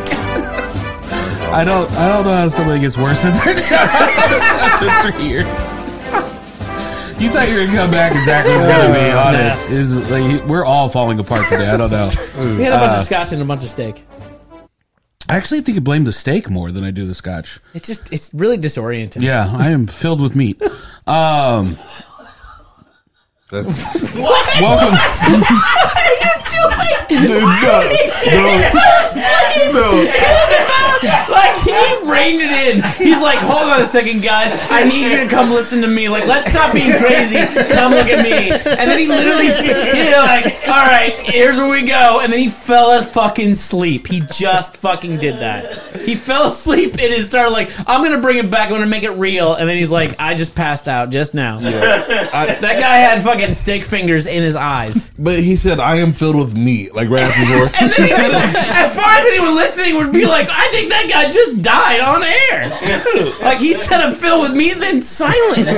Speaker 3: I don't, I don't know how somebody gets worse at their job <laughs> after three years. You thought you were gonna come back and Zach was gonna be on it. Is like we're all falling apart today. I don't know.
Speaker 1: We
Speaker 2: Uh,
Speaker 1: had a bunch of scotch and a bunch of steak.
Speaker 3: I actually think I blame the steak more than I do the scotch.
Speaker 1: It's just it's really disorienting.
Speaker 3: Yeah, I am filled with meat. Um,
Speaker 2: That's,
Speaker 3: welcome.
Speaker 2: <laughs> dude,
Speaker 1: <laughs>
Speaker 2: no, no, no.
Speaker 1: Like he reined it in. He's like, hold on a second, guys. I need you to come listen to me. Like, let's stop being crazy. Come look at me. And then he literally, he like, all right, here's where we go. And then he fell at fucking sleep. He just fucking did that. He fell asleep and it started like, I'm gonna bring it back. I'm gonna make it real. And then he's like, I just passed out just now. that guy had fucking steak fingers in his eyes.
Speaker 2: But he said, "I am filled with meat." Like right after before.
Speaker 1: <laughs> And then he was, as far as anyone listening would be like, I think that guy just died on air. like he said, I'm filled with meat, then silence.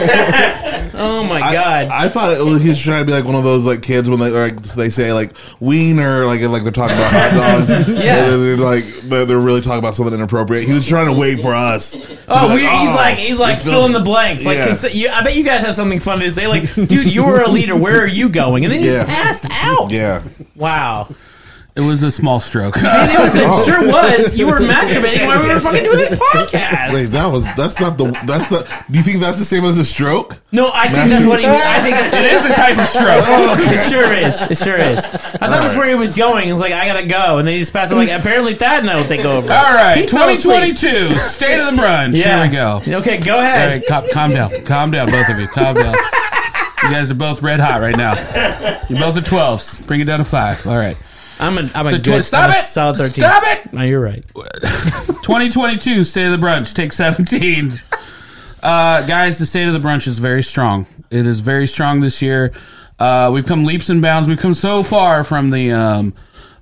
Speaker 1: oh my god.
Speaker 2: I thought it was, he was trying to be like one of those like kids when they like they say like wiener like and, like they're talking about hot
Speaker 1: <laughs>
Speaker 2: dogs.
Speaker 1: Yeah.
Speaker 2: and they're like they're, they're really talking about something inappropriate. He was trying to wait for us.
Speaker 1: Oh, we he's like he's like
Speaker 2: you're
Speaker 1: fill in
Speaker 2: filling-
Speaker 1: the blanks. Like,
Speaker 2: Yeah.
Speaker 1: consi- you, I bet you guys have something fun to say. Like, dude, you were a leader. Where are you going? And then he
Speaker 2: Yeah.
Speaker 1: just passed out.
Speaker 2: <laughs> yeah,
Speaker 1: Wow,
Speaker 3: It was a small stroke. <laughs>
Speaker 1: it was
Speaker 2: Oh.
Speaker 1: it sure was. You were masturbating while we were fucking doing this
Speaker 2: <laughs>
Speaker 1: podcast.
Speaker 2: wait, that was that's not the that's not. Do you think that's the same as a stroke?
Speaker 1: No, I think that's what he. I think it is a type of stroke.
Speaker 3: Oh,
Speaker 1: it sure is. It sure is. I thought that's where he was going. It's like I gotta go, and then he just passed. i
Speaker 3: Mm.
Speaker 1: like apparently Thad and I will take over.
Speaker 3: All right,
Speaker 1: He fell asleep.
Speaker 3: 2022 State of the Brunch. Ah, Here we go.
Speaker 1: Okay, go
Speaker 3: All
Speaker 1: ahead.
Speaker 3: right, cal- calm down, calm down, both of you, calm down. You guys are both red hot right now. You both are twelves. Bring it down to five. All right.
Speaker 1: I'm a, I'm a
Speaker 3: The
Speaker 1: good.
Speaker 3: tw- stop
Speaker 1: I'm a
Speaker 3: it!
Speaker 1: Solid thirteen.
Speaker 3: Stop it!
Speaker 1: No, you're right.
Speaker 3: 2022 State of the Brunch, take 17. Uh, guys, the State of the Brunch is very strong. It is very strong this year. Uh, we've come leaps and bounds. We've come so far from the um,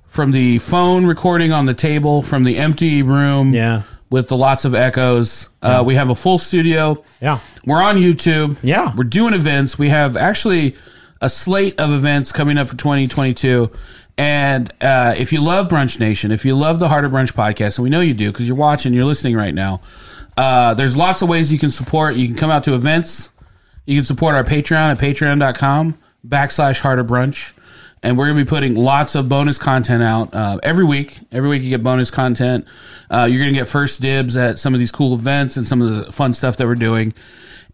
Speaker 3: from the phone recording on the table, from the empty room,
Speaker 1: Yeah.
Speaker 3: with the lots of echoes. Uh, We have a full studio.
Speaker 1: Yeah.
Speaker 3: We're on YouTube.
Speaker 1: Yeah.
Speaker 3: We're doing events. We have actually a slate of events coming up for 2022. And uh, if you love Brunch Nation, if you love the Heart of Brunch podcast, and we know you do because you're watching, you're listening right now, uh, there's lots of ways you can support. You can come out to events. You can support our Patreon at patreon.com backslash Heart of Brunch. And we're going to be putting lots of bonus content out uh, every week. Every week you get bonus content. Uh, you're going to get first dibs at some of these cool events and some of the fun stuff that we're doing.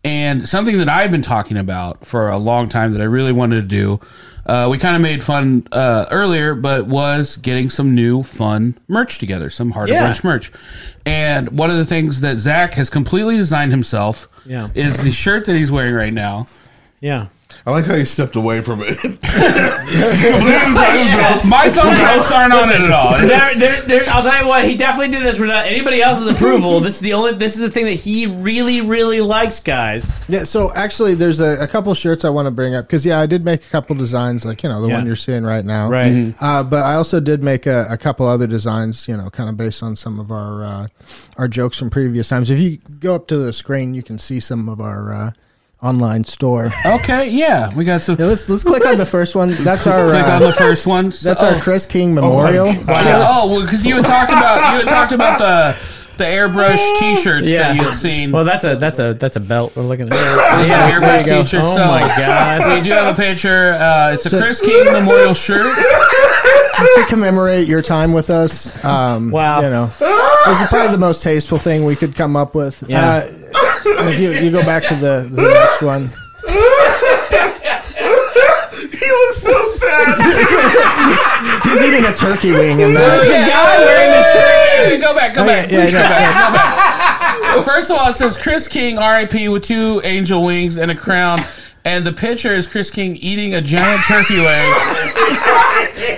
Speaker 3: And something that I've been talking about for a long time that I really wanted to do, uh, we kind of made fun uh, earlier, but was getting some new fun merch together, some hard
Speaker 1: Yeah.
Speaker 3: brunch merch. And one of the things that Zach has completely designed himself
Speaker 1: Yeah.
Speaker 3: is the shirt that he's wearing right now.
Speaker 1: Yeah.
Speaker 2: I like how he stepped away from it. <laughs>
Speaker 3: My thumbnails aren't on it at all.
Speaker 1: There, there, there, I'll tell you what. He definitely did this without anybody else's
Speaker 3: <laughs>
Speaker 1: approval. This is the only. This is the thing that he really, really likes, guys.
Speaker 4: Yeah, so actually, there's a, a couple shirts I want to bring up because yeah, I did make a couple designs, like you know the
Speaker 1: Yeah.
Speaker 4: one you're seeing right now,
Speaker 1: Right. Mhm.
Speaker 4: Uh, but I also did make a, a couple other designs, you know, kind of based on some of our uh, our jokes from previous times. If you go up to the screen, you can see some of our uh, online store.
Speaker 3: Okay, yeah, we got some.
Speaker 4: <laughs> Yeah, let's let's <laughs> click on the first one. That's our
Speaker 3: Click on
Speaker 4: uh,
Speaker 3: the
Speaker 1: <laughs>
Speaker 3: first one.
Speaker 4: that's
Speaker 3: So-
Speaker 4: our Chris King memorial.
Speaker 3: Wow. Oh, well, because you had talked about you had talked about the the airbrush T-shirts
Speaker 1: <laughs> Yeah.
Speaker 3: that you had seen.
Speaker 1: Well, that's a that's a that's a belt we're looking
Speaker 3: Those
Speaker 1: at.
Speaker 3: are
Speaker 1: <laughs> yeah,
Speaker 3: airbrush
Speaker 1: there you go.
Speaker 3: T-shirts.
Speaker 1: Oh
Speaker 3: so
Speaker 1: my god.
Speaker 3: We do have a picture. Uh, it's a Chris King memorial shirt.
Speaker 4: It's to commemorate your time with us. Um,
Speaker 1: Wow.
Speaker 4: you know, this is probably the most tasteful thing we could come up with.
Speaker 1: Yeah.
Speaker 4: Uh, and if you you go back to the, the next one,
Speaker 2: He looks so sad.
Speaker 4: <laughs> he's eating a turkey wing in
Speaker 3: There's
Speaker 4: that.
Speaker 3: a guy wearing this shirt. Go back, go
Speaker 4: Oh, yeah,
Speaker 3: back,
Speaker 4: yeah,
Speaker 3: please go
Speaker 4: yeah.
Speaker 3: back, go back. First of all, it says Chris King, R.I.P. with two angel wings and a crown. And the picture is Chris King eating a giant turkey leg.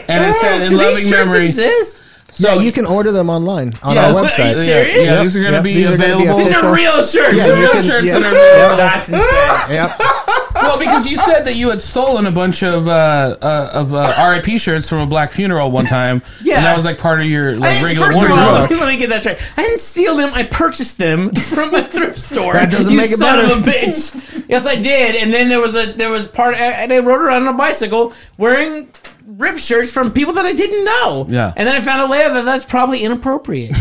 Speaker 3: And it said, in
Speaker 1: Do
Speaker 3: loving
Speaker 1: these shirts
Speaker 3: memory.
Speaker 1: exist?
Speaker 3: So
Speaker 4: Yeah, you can order them online on
Speaker 3: Yeah,
Speaker 4: our
Speaker 3: <laughs> but-
Speaker 1: Are you
Speaker 4: website.
Speaker 1: serious?
Speaker 3: Yeah, these are going to
Speaker 4: Yep,
Speaker 3: be
Speaker 4: these are gonna be
Speaker 3: available.
Speaker 1: These are
Speaker 4: Official.
Speaker 1: real shirts.
Speaker 4: Yeah,
Speaker 3: These are
Speaker 4: you
Speaker 3: real
Speaker 4: can-
Speaker 3: shirts
Speaker 4: yeah.
Speaker 3: that are available.
Speaker 1: That's insane.
Speaker 4: Yep.
Speaker 3: Well, because you said that you had stolen a bunch of uh, uh, of uh, RIP shirts from a black funeral one time.
Speaker 1: Yeah.
Speaker 3: and that was like part of your
Speaker 1: I
Speaker 3: like
Speaker 1: didn't-
Speaker 3: regular
Speaker 1: first of
Speaker 3: wardrobe.
Speaker 1: all, <laughs> let me get that straight. I didn't steal them. I purchased them from a thrift
Speaker 4: <laughs>
Speaker 1: store.
Speaker 4: That doesn't
Speaker 1: you
Speaker 4: make it
Speaker 1: son
Speaker 4: better.
Speaker 1: of a bitch. yes, I did. And then there was a there was part, and I rode around on a bicycle wearing rip shirts from people that I didn't know.
Speaker 3: Yeah.
Speaker 1: And then I found out later that that's probably
Speaker 4: <laughs>
Speaker 1: inappropriate.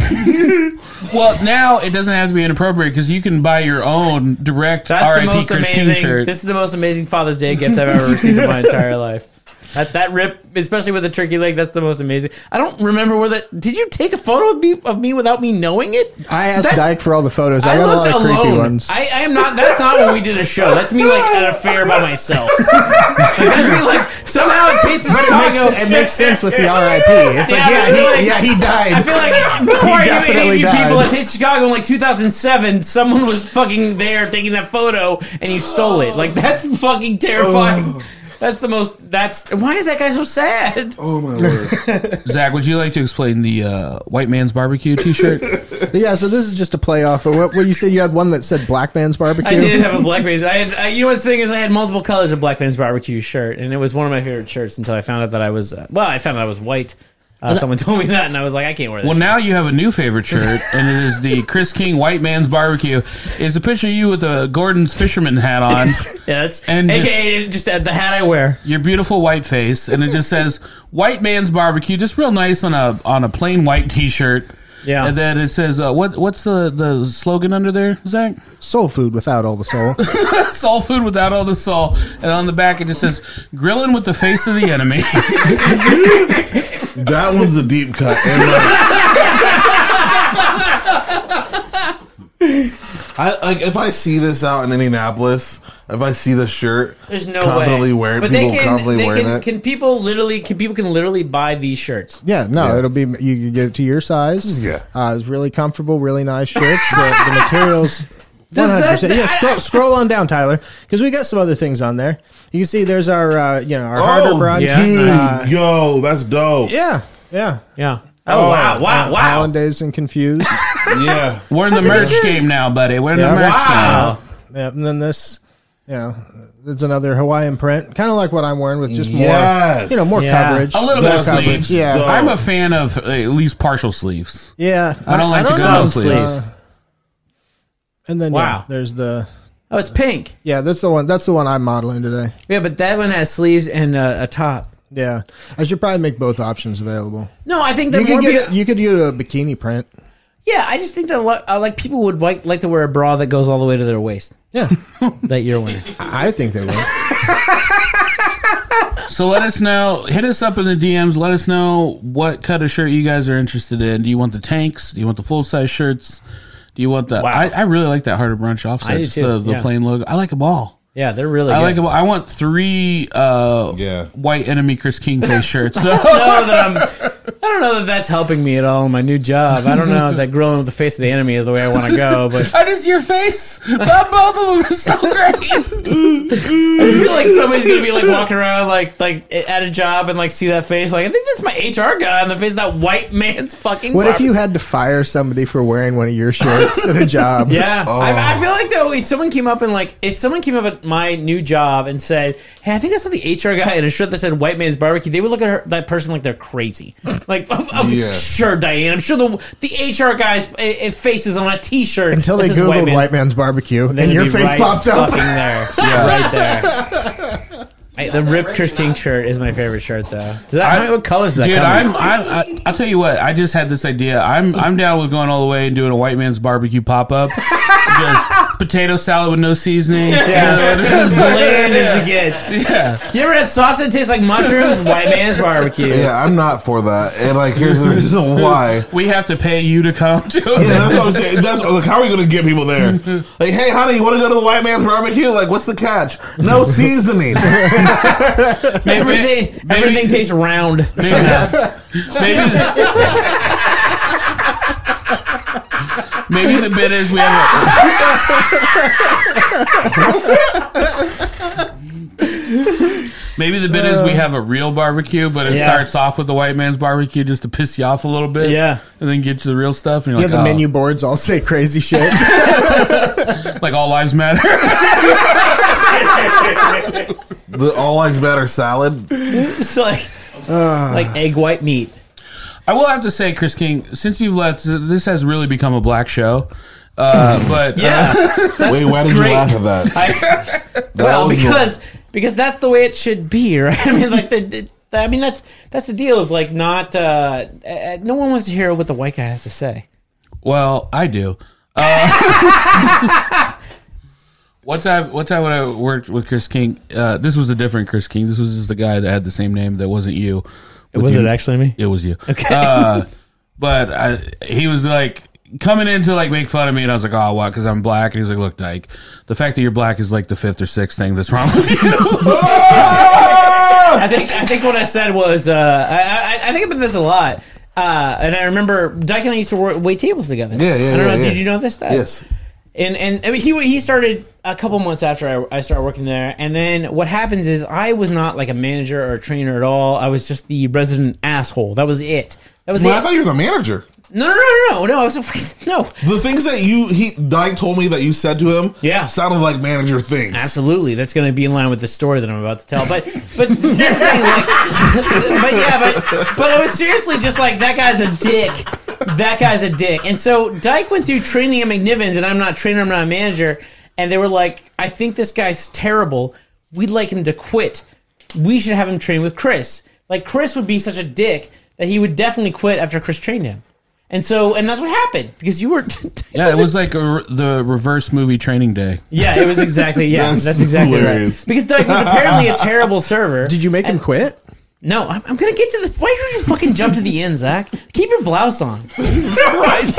Speaker 3: Well, now it doesn't have to be inappropriate because you can buy your own direct
Speaker 1: That's the
Speaker 3: RIP
Speaker 1: most
Speaker 3: Chris
Speaker 1: amazing.
Speaker 3: King shirt.
Speaker 1: This is the most amazing Father's Day gift I've ever received in my entire life. That that rip, especially with the turkey leg, that's the most amazing. I don't remember where that. Did you take a photo of me of me without me knowing it?
Speaker 4: I asked
Speaker 1: That's-
Speaker 4: Dyke for all the photos. I,
Speaker 1: I
Speaker 4: got a
Speaker 1: looked
Speaker 4: lot of creepy
Speaker 1: alone.
Speaker 4: ones.
Speaker 1: I, I am not. That's not when we did a show. That's me like at a fair by myself. Like, that's me like somehow it tastes of
Speaker 4: But it makes,
Speaker 1: Chicago.
Speaker 4: it makes sense with the RIP. It's like,
Speaker 1: Yeah,
Speaker 4: yeah,
Speaker 1: I feel
Speaker 4: he,
Speaker 1: like-
Speaker 4: yeah, he died.
Speaker 1: I feel
Speaker 4: <laughs>
Speaker 1: like before I knew any
Speaker 4: definitely
Speaker 1: of you
Speaker 4: died.
Speaker 1: people at Taste of Chicago in like 2007, someone was fucking there taking that photo and you stole it. Like that's fucking terrifying.
Speaker 4: Oh.
Speaker 1: That's the most. That's why is that guy so sad?
Speaker 3: Zach, would you like to explain the uh, white man's barbecue T-shirt?
Speaker 4: <laughs> yeah, so this is just a play off of what, what you said. You had one that said Black Man's Barbecue.
Speaker 1: I did have a black man's. I had, I, you know, what's the thing is, I had multiple colors of black man's barbecue shirt, and it was one of my favorite shirts until I found out that I was. Uh, well, I found out I was white. Uh, someone <laughs> told me that, and I was like, I can't wear this.
Speaker 3: well, now you have a new favorite shirt, and it is the Chris King white man's barbecue. It's a picture of you with a Gordon's fisherman hat on.
Speaker 1: shit. <laughs> yeah, that's
Speaker 3: and
Speaker 1: aka just, uh, the hat I wear.
Speaker 3: your beautiful white face, and it
Speaker 1: <laughs>
Speaker 3: just says "White Man's Barbecue," just real nice on a on a plain white T-shirt.
Speaker 1: Yeah.
Speaker 3: and then it says uh, what what's the the slogan under there, Zach? <laughs>
Speaker 4: Soul food without all the soul.
Speaker 3: Soul food without all the soul, and on the back it just says "Grilling with the face of the enemy." <laughs>
Speaker 2: That one's a deep cut. And like, I like if I see this out in Indianapolis. If I see this shirt,
Speaker 1: There's no
Speaker 2: confidently
Speaker 1: way.
Speaker 2: wear it. people confidently wearing
Speaker 1: can,
Speaker 2: it.
Speaker 1: Can people literally? Can people can literally buy these shirts?
Speaker 4: Yeah, no, it'll be you, you get it to your size.
Speaker 2: Yeah.
Speaker 4: uh, it's really comfortable, really nice shirts. the, the materials. One hundred percent. Yeah, scroll, scroll on down, Tyler, because we got some other things on there. You can see there's our uh, you know our
Speaker 2: Oh,
Speaker 4: harder brunch.
Speaker 1: yeah.
Speaker 2: dude,
Speaker 4: Uh,
Speaker 2: yo, that's dope.
Speaker 4: yeah, yeah.
Speaker 1: Yeah. Oh,
Speaker 2: Oh,
Speaker 1: wow! Wow! Wow!
Speaker 4: Hollandaise and confused.
Speaker 2: Yeah,
Speaker 3: We're in
Speaker 1: <laughs>
Speaker 3: the merch game now, buddy. We're in
Speaker 4: Yeah.
Speaker 3: the merch
Speaker 1: Wow.
Speaker 3: game.
Speaker 4: yeah, and then this, you know, it's another Hawaiian print, kind of like what I'm wearing with just more,
Speaker 2: Yes.
Speaker 4: you know, more
Speaker 1: Yeah.
Speaker 4: coverage.
Speaker 3: A little bit
Speaker 4: more
Speaker 3: of sleeves.
Speaker 4: Yeah,
Speaker 2: Dope.
Speaker 3: I'm a fan of uh, at least partial sleeves.
Speaker 4: yeah. Uh,
Speaker 3: I don't like to go
Speaker 1: know.
Speaker 3: no sleeves.
Speaker 1: Sleeve.
Speaker 4: and then
Speaker 1: Wow.
Speaker 4: yeah, there's the
Speaker 1: Oh, it's pink.
Speaker 4: yeah, that's the one. That's the one I'm modeling today.
Speaker 1: Yeah, but that one has sleeves and uh, a top.
Speaker 4: Yeah, I should probably make both options available.
Speaker 1: No, I think that
Speaker 4: You
Speaker 1: more
Speaker 4: could
Speaker 1: be-
Speaker 4: get a, you could do a bikini print.
Speaker 1: yeah, I just think that a lot- uh, like people would like like to wear a bra that goes all the way to their waist.
Speaker 4: Yeah,
Speaker 1: That you're wearing.
Speaker 4: I think they would.
Speaker 3: So let us know. Hit us up in the DMs. Let us know what cut of shirt you guys are interested in. Do you want the tanks? Do you want the full size shirts? Do you want the? I, I really like that harder brunch offset.
Speaker 1: I do
Speaker 3: just
Speaker 1: too,
Speaker 3: The, the
Speaker 1: yeah.
Speaker 3: plain logo. I like them all.
Speaker 1: Yeah, they're really.
Speaker 3: I
Speaker 1: good.
Speaker 3: like them. All. I want three uh,
Speaker 2: Yeah.
Speaker 3: white enemy Chris King
Speaker 1: <laughs>
Speaker 3: face shirts. <laughs>
Speaker 1: I don't know that I'm. I don't know that that's helping me at all in my new job. I don't know that grilling with the face of the enemy is the way I want to go, but
Speaker 3: That is your face. <laughs> But both of them are so
Speaker 1: <laughs> <laughs>
Speaker 3: great. <laughs>
Speaker 1: I feel like somebody's gonna be like walking around like like at a job and like see that face. Like I think that's my HR guy on the face of that white man's fucking.
Speaker 4: What if
Speaker 1: barber-
Speaker 4: you had to fire somebody for wearing one of your shirts at a job?
Speaker 1: <laughs> Yeah,
Speaker 3: Oh.
Speaker 1: I, I feel like though if someone came up and like if someone came up at my new job and said, "Hey, I think I saw the HR guy in a shirt that said white man's barbecue," they would look at her, that person like they're crazy. Like like, of, of-
Speaker 2: Yeah.
Speaker 1: sure, Diane. I'm sure the the HR guy's uh, uh, face is on a T-shirt
Speaker 4: Until
Speaker 1: This
Speaker 4: they
Speaker 1: is
Speaker 4: googled white, man's barbecue,
Speaker 1: Then
Speaker 4: and your
Speaker 1: it'd be
Speaker 4: face
Speaker 1: right
Speaker 4: popped up.
Speaker 1: fucking
Speaker 4: <laughs>
Speaker 1: there, right there.
Speaker 3: <laughs>
Speaker 1: I, the ripped Christine shirt is my favorite shirt, though. Does that,
Speaker 3: I-
Speaker 1: how many- what colors is that?
Speaker 3: Dude,
Speaker 1: come in?
Speaker 3: I'm, I'm, I, I'll tell you what. I just had this idea. I'm, I'm down with going all the way and doing a white man's barbecue pop up. just potato salad with no seasoning. <laughs>
Speaker 1: Yeah, <laughs> this
Speaker 2: <laughs>
Speaker 1: is bland as it gets.
Speaker 3: Yeah.
Speaker 1: You ever had sauce that tastes like mushrooms? White man's barbecue.
Speaker 2: Yeah, I'm not for that. And like, here's the reason why.
Speaker 3: We have to pay you to come to
Speaker 2: Yeah, that's what I'm saying. That's, like, how are we going to get people there? Like, hey, honey, you want to go to the white man's barbecue? Like, what's the catch? No seasoning.
Speaker 1: Everything,
Speaker 3: Maybe-
Speaker 1: everything tastes round.
Speaker 3: Maybe, maybe, the, maybe the bit is we have a. Maybe the bit is we have a real barbecue, but it
Speaker 1: Yeah.
Speaker 3: starts off with the white man's barbecue just to piss you off a little bit.
Speaker 1: Yeah.
Speaker 3: And then get to the real stuff. And
Speaker 4: Yeah,
Speaker 3: you're
Speaker 4: the
Speaker 3: like, oh,
Speaker 4: menu boards all say crazy shit.
Speaker 3: "Oh, Like all lives matter. <laughs>
Speaker 2: the all lives matter salad.
Speaker 1: <laughs> It's like
Speaker 2: Ah.
Speaker 1: like egg white meat.
Speaker 3: I will have to say, Chris King, since you've left, this has really become a black show. Uh, but
Speaker 1: <laughs>
Speaker 3: uh,
Speaker 1: Yeah.
Speaker 2: Wait, why did
Speaker 1: great.
Speaker 2: you laugh at that?
Speaker 1: I,
Speaker 2: That
Speaker 1: <laughs> well,
Speaker 2: was the-
Speaker 1: because because that's the way it should be, <laughs> right? I mean, like the. the I mean that's that's the deal. Is like not uh, uh, no one wants to hear what the white guy has to say.
Speaker 3: Well, I do. Uh, <laughs> one time, one time when I worked with Chris King, uh, this was a different Chris King. This was just the guy that had the same name that wasn't you. With you-
Speaker 1: me?
Speaker 3: It was you.
Speaker 1: <laughs>
Speaker 3: Okay. Uh, but I, he was like coming in to like make fun of me, and I was like, "Oh, what?" Because I'm black, and he's like, "Look, Dyke, the fact that you're black is like the fifth or sixth thing that's wrong
Speaker 1: <laughs>
Speaker 3: with you."
Speaker 1: I think I think what I said was uh, I, I I think about this a lot. Uh, and I remember Dyke and I used to work, wait tables together.
Speaker 2: Yeah, yeah,
Speaker 1: I don't
Speaker 2: yeah,
Speaker 1: know.
Speaker 2: yeah.
Speaker 1: Did you know this? Dyke?
Speaker 2: yes.
Speaker 1: and and I mean, he he started a couple months after I, I started working there, and then what happens is I was not like a manager or a trainer at all. I was just the resident asshole. That was it. That was
Speaker 2: Well, I
Speaker 1: it.
Speaker 2: thought you were the manager.
Speaker 1: no, no, no, no, no. I was a fucking- no.
Speaker 2: The things that you he Dyke told me that you said to him,
Speaker 1: Yeah.
Speaker 2: sounded like manager things.
Speaker 1: Absolutely, that's going to be in line with the story that I'm about to tell. But but that's the thing, like, <laughs> but yeah, but but I was seriously just like that guy's a dick. That guy's a dick. And so Dyke went through training at McNiven's, and I'm not a trainer, I'm not a manager. And they were like, I think this guy's terrible. We'd like him to quit. We should have him train with Chris. Like Chris would be such a dick that he would definitely quit after Chris trained him. And so, and that's what happened because you were. <laughs>
Speaker 3: yeah, it was like a re- the reverse movie training day.
Speaker 1: Yeah, it was exactly. Yeah, that's,
Speaker 2: That's
Speaker 1: exactly
Speaker 2: hilarious.
Speaker 1: right. Because Doug was apparently a terrible server.
Speaker 4: Did you make him quit?
Speaker 1: no, I'm, I'm gonna get to this. Why did you fucking jump to the end, Zach? Keep your blouse on. Jesus Christ!
Speaker 2: <laughs>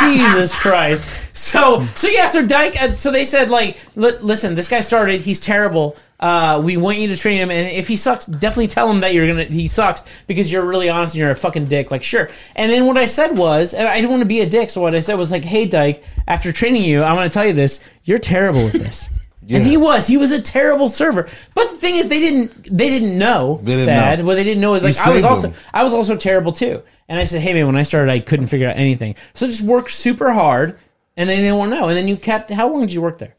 Speaker 1: Jesus Christ! So, so yeah, so Dyke. Uh, so they said like, "Li- listen, this guy started. He's terrible. Uh, we want you to train him, and if he sucks, definitely tell him that you're gonna he sucks because you're really honest and you're a fucking dick. Like, sure. And then what I said was, and I didn't want to be a dick, so what I said was like, hey, Dyke, after training you, I want to tell you this. You're terrible at
Speaker 2: <laughs>
Speaker 1: this. And he was. He was a terrible server. But the thing is, they didn't. They didn't know.
Speaker 2: They didn't
Speaker 1: that.
Speaker 2: know.
Speaker 1: What they didn't know is like I was
Speaker 2: saved
Speaker 1: also
Speaker 2: them.
Speaker 1: I was also terrible too. And I said, hey man, when I started, I couldn't figure out anything. So just work super hard, and then they won't know. And then you kept. How long did you work there?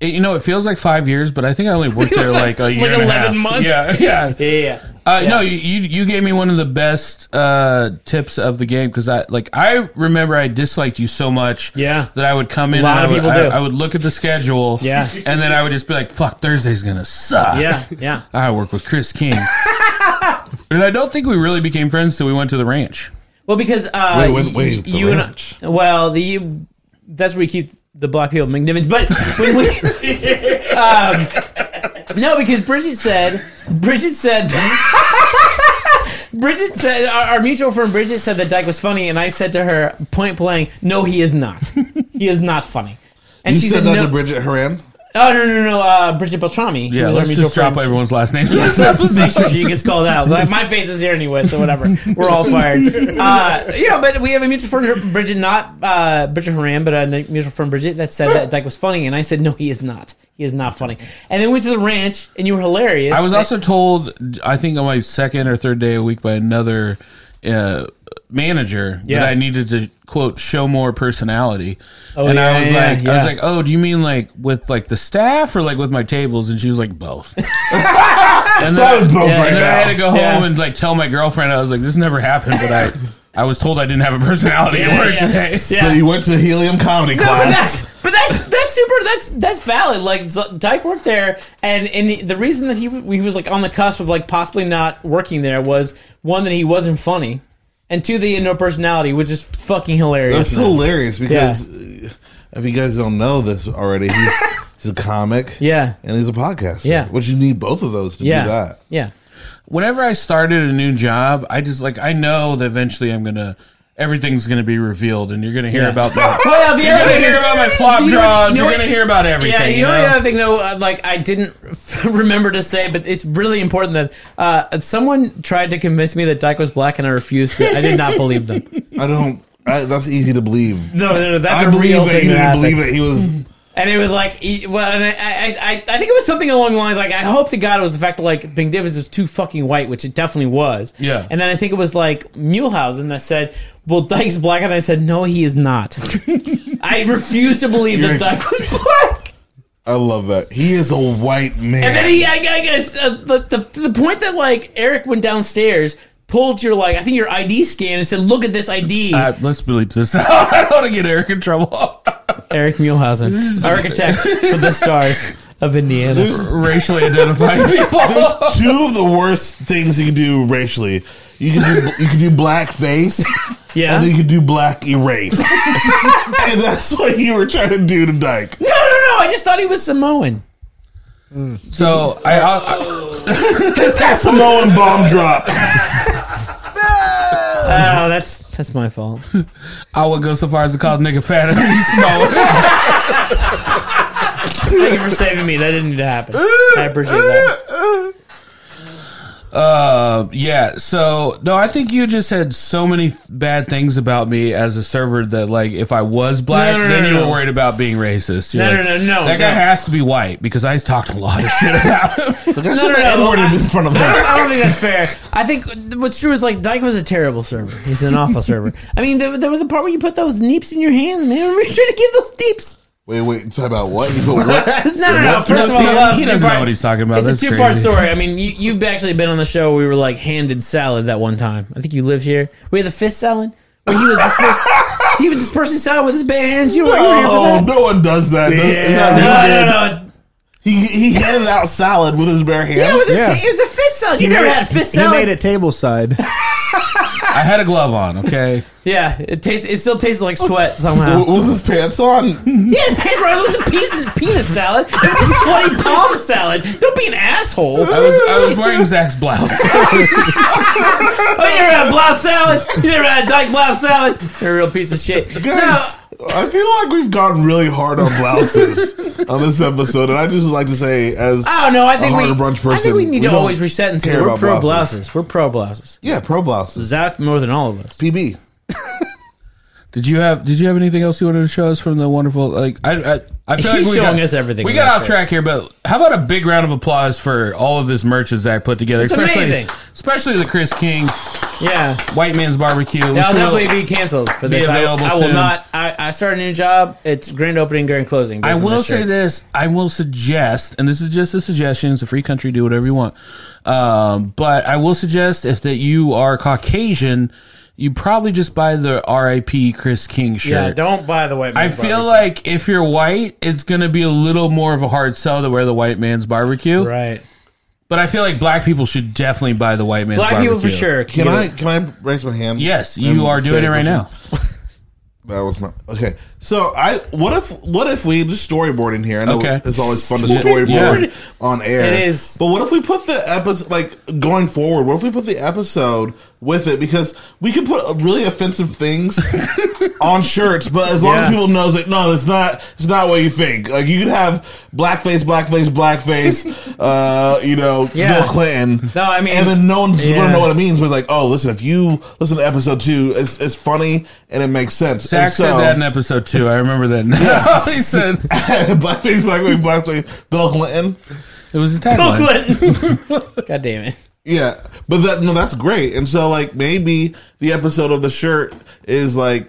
Speaker 3: It- you know, it feels like five years, but I think I only worked
Speaker 1: It
Speaker 3: there
Speaker 1: was
Speaker 3: like, a
Speaker 1: like-
Speaker 3: year
Speaker 1: like
Speaker 3: and a
Speaker 1: 11
Speaker 3: half.
Speaker 1: months.
Speaker 3: Yeah, yeah.
Speaker 1: <laughs> Yeah.
Speaker 3: Uh, No, you, you you gave me one of the best uh, tips of the game because I like I remember I disliked you so much.
Speaker 1: Yeah.
Speaker 3: that I would come in.
Speaker 1: lot
Speaker 3: and I
Speaker 1: of
Speaker 3: would,
Speaker 1: people
Speaker 3: I,
Speaker 1: do.
Speaker 3: I would look at the schedule.
Speaker 1: Yeah.
Speaker 3: and then I would just be like, "Fuck, Thursday's gonna suck."
Speaker 1: Yeah. Yeah.
Speaker 3: I work with
Speaker 1: <laughs>
Speaker 3: Chris King, and I don't think we really became friends till we went to the ranch.
Speaker 1: Well, because uh,
Speaker 2: Wait, wait,
Speaker 1: y-
Speaker 2: wait, the
Speaker 1: you and
Speaker 2: ranch.
Speaker 1: I, well, the you, that's where you keep the black people at McNiven's. But when we, <laughs> um, no, because Bridget said, Bridget said, <laughs> Bridget said, our, our mutual friend Bridget said that Dyke was funny, and I said to her point blank, "No, he is not. He is not funny." And
Speaker 2: you
Speaker 1: she
Speaker 2: said
Speaker 1: said,
Speaker 2: that
Speaker 1: no,
Speaker 2: to Bridget Haran.
Speaker 1: "Oh no, no, no, uh, Bridget Beltrami." who
Speaker 3: Yeah,
Speaker 1: was our
Speaker 3: let's
Speaker 1: mutual
Speaker 3: just drop
Speaker 1: friend.
Speaker 3: everyone's
Speaker 1: <laughs>
Speaker 3: last name.
Speaker 1: Let's make sure she gets called out. Like, my face is here anyway, so whatever. We're all fired. Uh, yeah, but we have a mutual friend, Bridget, not uh, Bridget Haran, but a mutual friend, Bridget, that said that Dyke was funny, and I said, no, he is not. He is not funny. And then we went to the ranch, <laughs> and you were hilarious.
Speaker 3: I was also told, I think on my second or third day a week by another uh, manager
Speaker 1: Yeah.
Speaker 3: that I needed to quote show more personality.
Speaker 1: Oh,
Speaker 3: and
Speaker 1: yeah,
Speaker 3: I was
Speaker 1: yeah,
Speaker 3: like, I
Speaker 1: yeah.
Speaker 3: was like, oh, do you mean like with like the staff or like with my tables? And she was like,
Speaker 1: <laughs>
Speaker 3: both. and then,
Speaker 2: That was both
Speaker 1: Yeah,
Speaker 2: right
Speaker 3: and then I had
Speaker 2: now.
Speaker 3: to go home
Speaker 1: Yeah.
Speaker 3: and like tell my girlfriend. I was like, this never happened, but I. I was told I didn't have a personality at work
Speaker 1: yeah.
Speaker 3: today.
Speaker 2: So you went to Helium Comedy
Speaker 1: No, but
Speaker 2: Class.
Speaker 1: that's but that's that's super. That's that's valid. Like Z- Dyke worked there, and and the, the reason that he w- he was like on the cusp of like possibly not working there was one that he wasn't funny, and two that he had no personality, which is fucking hilarious.
Speaker 2: That's
Speaker 1: man.
Speaker 2: hilarious because uh, if you guys don't know this
Speaker 1: <laughs>
Speaker 2: already, he's, he's a comic.
Speaker 1: Yeah.
Speaker 2: And he's a podcaster.
Speaker 1: Yeah.
Speaker 2: Which you need both of those to
Speaker 1: yeah,
Speaker 2: do that.
Speaker 1: yeah.
Speaker 3: whenever I started a new job, I just like I know that eventually I'm gonna everything's gonna be revealed, and you're gonna hear
Speaker 1: Yeah. <laughs>
Speaker 3: about that.
Speaker 1: Well, the
Speaker 3: You're
Speaker 1: other
Speaker 3: gonna
Speaker 1: thing
Speaker 3: hear
Speaker 1: is-
Speaker 3: about my flop
Speaker 1: you know what-
Speaker 3: draws.
Speaker 1: you know
Speaker 3: You're
Speaker 1: what-
Speaker 3: gonna hear about everything.
Speaker 1: Yeah, you
Speaker 3: you
Speaker 1: know, the
Speaker 3: know?
Speaker 1: other thing though, uh, like I didn't <laughs> remember to say, but it's really important that uh, someone tried to convince me that Dyke was black, and I refused to. I did not believe
Speaker 3: <laughs>
Speaker 1: them.
Speaker 2: I don't. I, that's easy to believe.
Speaker 1: No, no, no that's
Speaker 2: I
Speaker 1: a
Speaker 2: believe
Speaker 1: real
Speaker 2: that
Speaker 1: thing
Speaker 2: he
Speaker 1: that
Speaker 2: didn't
Speaker 1: happened.
Speaker 2: believe that he was.
Speaker 1: And it was like, e- well, and I, I, I, I think it was something along the lines like, I hope to God it was the fact that like Bing Divins was too fucking white, which it definitely was.
Speaker 3: Yeah.
Speaker 1: And then I think it was like Muehlhausen that said, "Well, Dyke's black," and I said, "No, he is
Speaker 3: <laughs>
Speaker 1: not." I refuse to believe that
Speaker 2: You're-
Speaker 1: Dyke was <laughs> black.
Speaker 2: I love that. He is a white man.
Speaker 1: And then he, I, I guess, uh, the, the the point that like Eric went downstairs. Pulled your like, I think your ID scan and said, "Look at this ID."
Speaker 3: Uh, let's bleep this out. <laughs> I don't want to get Eric in trouble.
Speaker 1: Eric <laughs> Muehlhausen, architect for the stars of Indiana.
Speaker 3: <laughs> Racially <laughs> identifying people.
Speaker 2: There's two of the worst things you can do racially. You can do you can do blackface,
Speaker 1: Yeah.
Speaker 2: and then you can do black erase, <laughs> and that's what you were trying to do to Dyke.
Speaker 1: No, no, no! I just thought he was Samoan.
Speaker 3: So I, I, I
Speaker 2: That's Samoan bomb drop.
Speaker 1: Oh, that's that's my fault.
Speaker 3: I would go so far as to call nigga fat and he's small. <laughs>
Speaker 1: Thank you for saving me. That didn't need to happen.
Speaker 2: <laughs>
Speaker 1: I appreciate that.
Speaker 3: Uh, yeah. So no, I think you just said so many bad things about me as a server that like if I was black,
Speaker 1: No, no, no,
Speaker 3: then
Speaker 1: no,
Speaker 3: you were
Speaker 1: no.
Speaker 3: worried about being racist. You're
Speaker 1: No,
Speaker 3: like,
Speaker 1: no, no, no,
Speaker 3: That guy
Speaker 1: no.
Speaker 3: has to be white because I talked a lot of shit about him.
Speaker 2: Like,
Speaker 1: no,
Speaker 2: I said the
Speaker 1: no,
Speaker 2: N-word
Speaker 1: I-
Speaker 2: in front
Speaker 1: <laughs>
Speaker 2: of
Speaker 1: I <laughs>
Speaker 2: him.
Speaker 1: don't think that's fair. I think what's true is like Dyke was a terrible server. He's an awful server. I mean, there, there was a part where you put those neeps in your hands, man. <laughs> Remember you trying to give those neeps?
Speaker 2: Wait, wait. Talk about what you put <laughs>
Speaker 1: <laughs>
Speaker 2: what?
Speaker 1: No, no, <laughs> no. First of
Speaker 3: No, see,
Speaker 1: all, well,
Speaker 3: he
Speaker 1: it's a
Speaker 3: doesn't
Speaker 1: two-part-
Speaker 3: know what he's talking about.
Speaker 1: It's
Speaker 3: That's
Speaker 1: a two-part
Speaker 3: crazy.
Speaker 1: story. I mean, you, you've actually been on the show. Where we were like handed salad that one time. I think you lived here. We had the fist salad. Where he was dispersed, <laughs> he was dispersing salad with his bare hands. You were, you were here for
Speaker 2: Oh,
Speaker 1: that.
Speaker 2: no one does that. Does- is that
Speaker 1: No,
Speaker 2: what he
Speaker 1: no,
Speaker 2: did?
Speaker 1: no.
Speaker 2: He he handed out salad with his bare hands.
Speaker 1: Yeah, it was, a,
Speaker 4: Yeah.
Speaker 1: it was a fist salad. <laughs> You never
Speaker 4: made-
Speaker 1: had a fist
Speaker 4: He
Speaker 1: salad.
Speaker 4: made it table side.
Speaker 3: I had a glove on, okay?
Speaker 1: Yeah, it tastes. It still tastes like sweat somehow.
Speaker 2: W- was his pants on?
Speaker 1: yeah, it's pants right. It was a piece of penis salad. It was a sweaty palm salad. Don't be an asshole.
Speaker 3: I was I was wearing Zach's blouse.
Speaker 1: Oh, you never had a blouse salad. You never had a dyke blouse salad. You're a real piece of shit.
Speaker 2: Guys, I feel like we've gotten really hard on blouses on this episode, and I just like to say, as
Speaker 1: I don't know. I think
Speaker 2: A
Speaker 1: we.
Speaker 2: harder brunch
Speaker 1: I
Speaker 2: person,
Speaker 1: think we need
Speaker 2: we
Speaker 1: to
Speaker 2: don't
Speaker 1: always reset and say
Speaker 2: care
Speaker 1: we're
Speaker 2: about
Speaker 1: pro
Speaker 2: blouses.
Speaker 1: blouses. We're pro blouses.
Speaker 2: yeah, pro blouses,
Speaker 1: Zach more than all of us.
Speaker 2: PB.
Speaker 3: Did you have Did you have anything else you wanted to show us from the wonderful? Like I, I, I feel
Speaker 1: He's
Speaker 3: like we
Speaker 1: showing
Speaker 3: got,
Speaker 1: us everything
Speaker 3: We
Speaker 1: in
Speaker 3: got
Speaker 1: this
Speaker 3: off
Speaker 1: show.
Speaker 3: track here, but how about a big round of applause for all of this merch that Zach put together?
Speaker 1: It's
Speaker 3: especially,
Speaker 1: amazing.
Speaker 3: especially the Chris King
Speaker 1: Yeah.
Speaker 3: White Man's Barbecue.
Speaker 1: I'll definitely be canceled for
Speaker 3: Be
Speaker 1: this. I,
Speaker 3: available
Speaker 1: I will
Speaker 3: soon.
Speaker 1: not. I, I start a new job. It's grand opening, grand closing.
Speaker 3: I
Speaker 1: based on
Speaker 3: will
Speaker 1: this
Speaker 3: say
Speaker 1: shirt.
Speaker 3: this. I will suggest, and this is just a suggestion. It's a free country. Do whatever you want. Um, but I will suggest if that you are Caucasian, you probably just buy the R.I.P. Chris King shirt.
Speaker 1: Yeah, don't buy the white.
Speaker 3: I
Speaker 1: man's
Speaker 3: feel
Speaker 1: barbecue.
Speaker 3: like if you're white, it's gonna be a little more of a hard sell to wear the white man's barbecue.
Speaker 1: right.
Speaker 3: But I feel like black people should definitely buy the white man's
Speaker 1: Black
Speaker 3: barbecue.
Speaker 1: people for sure.
Speaker 2: Can
Speaker 1: get
Speaker 2: I
Speaker 1: it.
Speaker 2: can I raise my hand?
Speaker 3: Yes,
Speaker 2: and
Speaker 3: you are
Speaker 2: say
Speaker 3: doing
Speaker 2: a
Speaker 3: it right
Speaker 2: question?
Speaker 3: now.
Speaker 2: That was not okay. So I what if what if we just storyboard in here? I know
Speaker 3: Okay.
Speaker 2: it's always fun to
Speaker 3: Storyboard.
Speaker 2: storyboard on air.
Speaker 1: It is.
Speaker 2: But what if we put the episode like going forward? What if we put the episode with it because we can put really offensive
Speaker 3: <laughs>
Speaker 2: things on shirts, but as long
Speaker 1: Yeah.
Speaker 2: as people knows like no, it's not it's not what you think. Like you could have blackface, blackface, blackface, <laughs> uh, you know,
Speaker 1: Yeah.
Speaker 2: Bill Clinton.
Speaker 1: No, I mean-
Speaker 2: and then no one's
Speaker 1: Yeah.
Speaker 2: gonna know what it means. We're like, oh, listen, if you listen to episode two, it's, it's funny and it makes sense.
Speaker 3: Zach
Speaker 2: And so-
Speaker 3: said
Speaker 2: <laughs>
Speaker 3: that in episode two. I remember that. <laughs> he said
Speaker 2: blackface, blackface, blackface. Bill Clinton.
Speaker 1: <laughs>
Speaker 3: it was his
Speaker 1: Bill
Speaker 3: tagline.
Speaker 1: Clinton. God damn it.
Speaker 2: Yeah, but that no, that's great. And so like maybe the episode of the shirt is like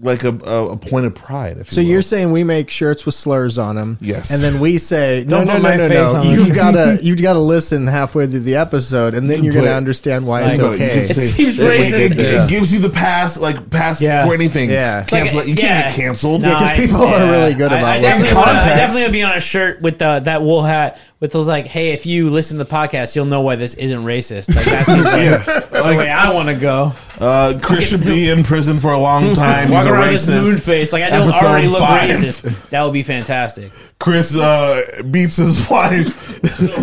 Speaker 2: like a a, a point of pride. If
Speaker 4: So
Speaker 2: you will.
Speaker 4: you're saying we make shirts with slurs on them?
Speaker 2: Yes.
Speaker 4: And then we say, no,
Speaker 1: Don't
Speaker 4: no,
Speaker 1: put
Speaker 4: no,
Speaker 1: my
Speaker 4: no,
Speaker 1: face
Speaker 4: no.
Speaker 1: on it. <laughs>
Speaker 4: You've gotta, you've gotta listen halfway through the episode, and then
Speaker 2: You
Speaker 4: you're gonna
Speaker 2: put-
Speaker 4: understand why it's
Speaker 2: But you
Speaker 4: okay.
Speaker 2: can say-
Speaker 1: seems
Speaker 2: it-
Speaker 1: racist.
Speaker 2: It, it- it
Speaker 4: Yeah.
Speaker 2: gives you the pass, like pass
Speaker 1: Yeah.
Speaker 2: for anything.
Speaker 4: Yeah. It's
Speaker 2: cancel
Speaker 1: Like,
Speaker 2: it. You
Speaker 1: yeah.
Speaker 2: can't get canceled.
Speaker 1: No,
Speaker 4: Yeah, 'cause
Speaker 1: I- <laughs>
Speaker 4: people are really good
Speaker 1: I-
Speaker 4: about
Speaker 1: I,
Speaker 4: it.
Speaker 1: definitely
Speaker 2: In
Speaker 1: wanna- I
Speaker 2: context.
Speaker 1: definitely would be on a shirt with the, that wool hat with those like, hey, if you listen to the podcast, you'll know why this isn't racist. Like, that seems like
Speaker 2: Yeah,
Speaker 1: the way
Speaker 2: like
Speaker 1: I want to go.
Speaker 2: uh, Chris should be in prison for
Speaker 1: <laughs>
Speaker 2: a long time. He's
Speaker 1: Walk
Speaker 2: a
Speaker 1: around this moon
Speaker 2: racist.
Speaker 1: face. Like I don't
Speaker 2: Episode
Speaker 1: already look
Speaker 2: five.
Speaker 1: racist. That would be fantastic.
Speaker 2: Chris uh, beats his <laughs> wife.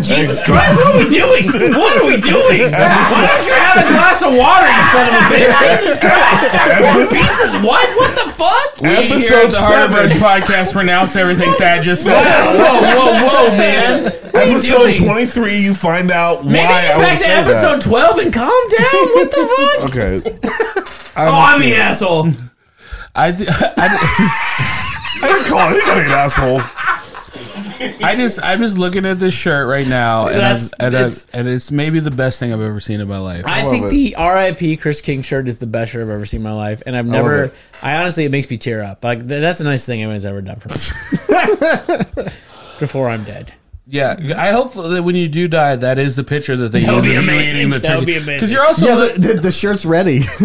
Speaker 1: Jesus Christ, what are we doing? What are we
Speaker 2: <laughs>
Speaker 1: doing? Why don't you have a glass of water, you son of a bitch? Jesus Christ. Chris beats his wife? What the fuck?
Speaker 3: We here at
Speaker 2: Episode
Speaker 3: the Heart of Birds
Speaker 2: seven.
Speaker 3: podcast pronounce everything Thad just
Speaker 1: <laughs> Whoa,
Speaker 3: said.
Speaker 1: whoa, whoa, whoa, man. What are you
Speaker 2: Episode
Speaker 1: doing?
Speaker 2: twenty three, you find out
Speaker 1: Maybe
Speaker 2: why
Speaker 1: get
Speaker 2: I
Speaker 1: back
Speaker 2: was
Speaker 1: to episode 12 and calm down. What
Speaker 2: <laughs>
Speaker 1: the fuck?
Speaker 2: That. Okay,
Speaker 1: Oh, I'm the asshole.
Speaker 3: I, d- <laughs> I,
Speaker 2: I didn't call. I didn't call you an asshole.
Speaker 3: d- I just I'm just looking at this shirt right now, and I've-
Speaker 1: That's-
Speaker 3: and, I've-
Speaker 1: it's-
Speaker 3: and it's maybe the best thing I've ever seen in my life.
Speaker 1: I
Speaker 2: love
Speaker 1: think
Speaker 2: it.
Speaker 1: the RIP Chris King shirt is the best shirt I've ever seen in my life, and I've
Speaker 2: love
Speaker 1: never.
Speaker 2: it.
Speaker 1: I, honestly, it makes me tear up. Like th- that's the nicest thing anyone's ever done for me.
Speaker 2: <laughs>
Speaker 1: Before I'm dead,
Speaker 3: Yeah, I hope that when you do die, that is the picture that they
Speaker 1: That would
Speaker 3: use.
Speaker 1: be amazing. That would be amazing.
Speaker 3: Because you're also
Speaker 4: <laughs> yeah, the, the, the shirt's ready. <laughs>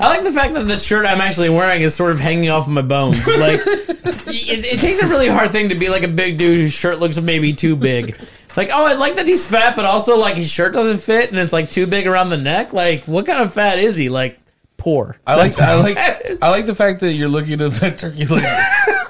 Speaker 1: I like the fact that the shirt I'm actually wearing is sort of hanging off my bones. Like <laughs> it, it takes a really hard thing to be like a big dude whose shirt looks maybe too big. Like, oh, I like that he's fat, but also like his shirt doesn't fit and it's like too big around the neck. Like, what kind of fat is he? Like, poor.
Speaker 3: I like I like
Speaker 1: Yes.
Speaker 3: I like the fact that you're looking at that turkey
Speaker 1: <laughs>
Speaker 3: leg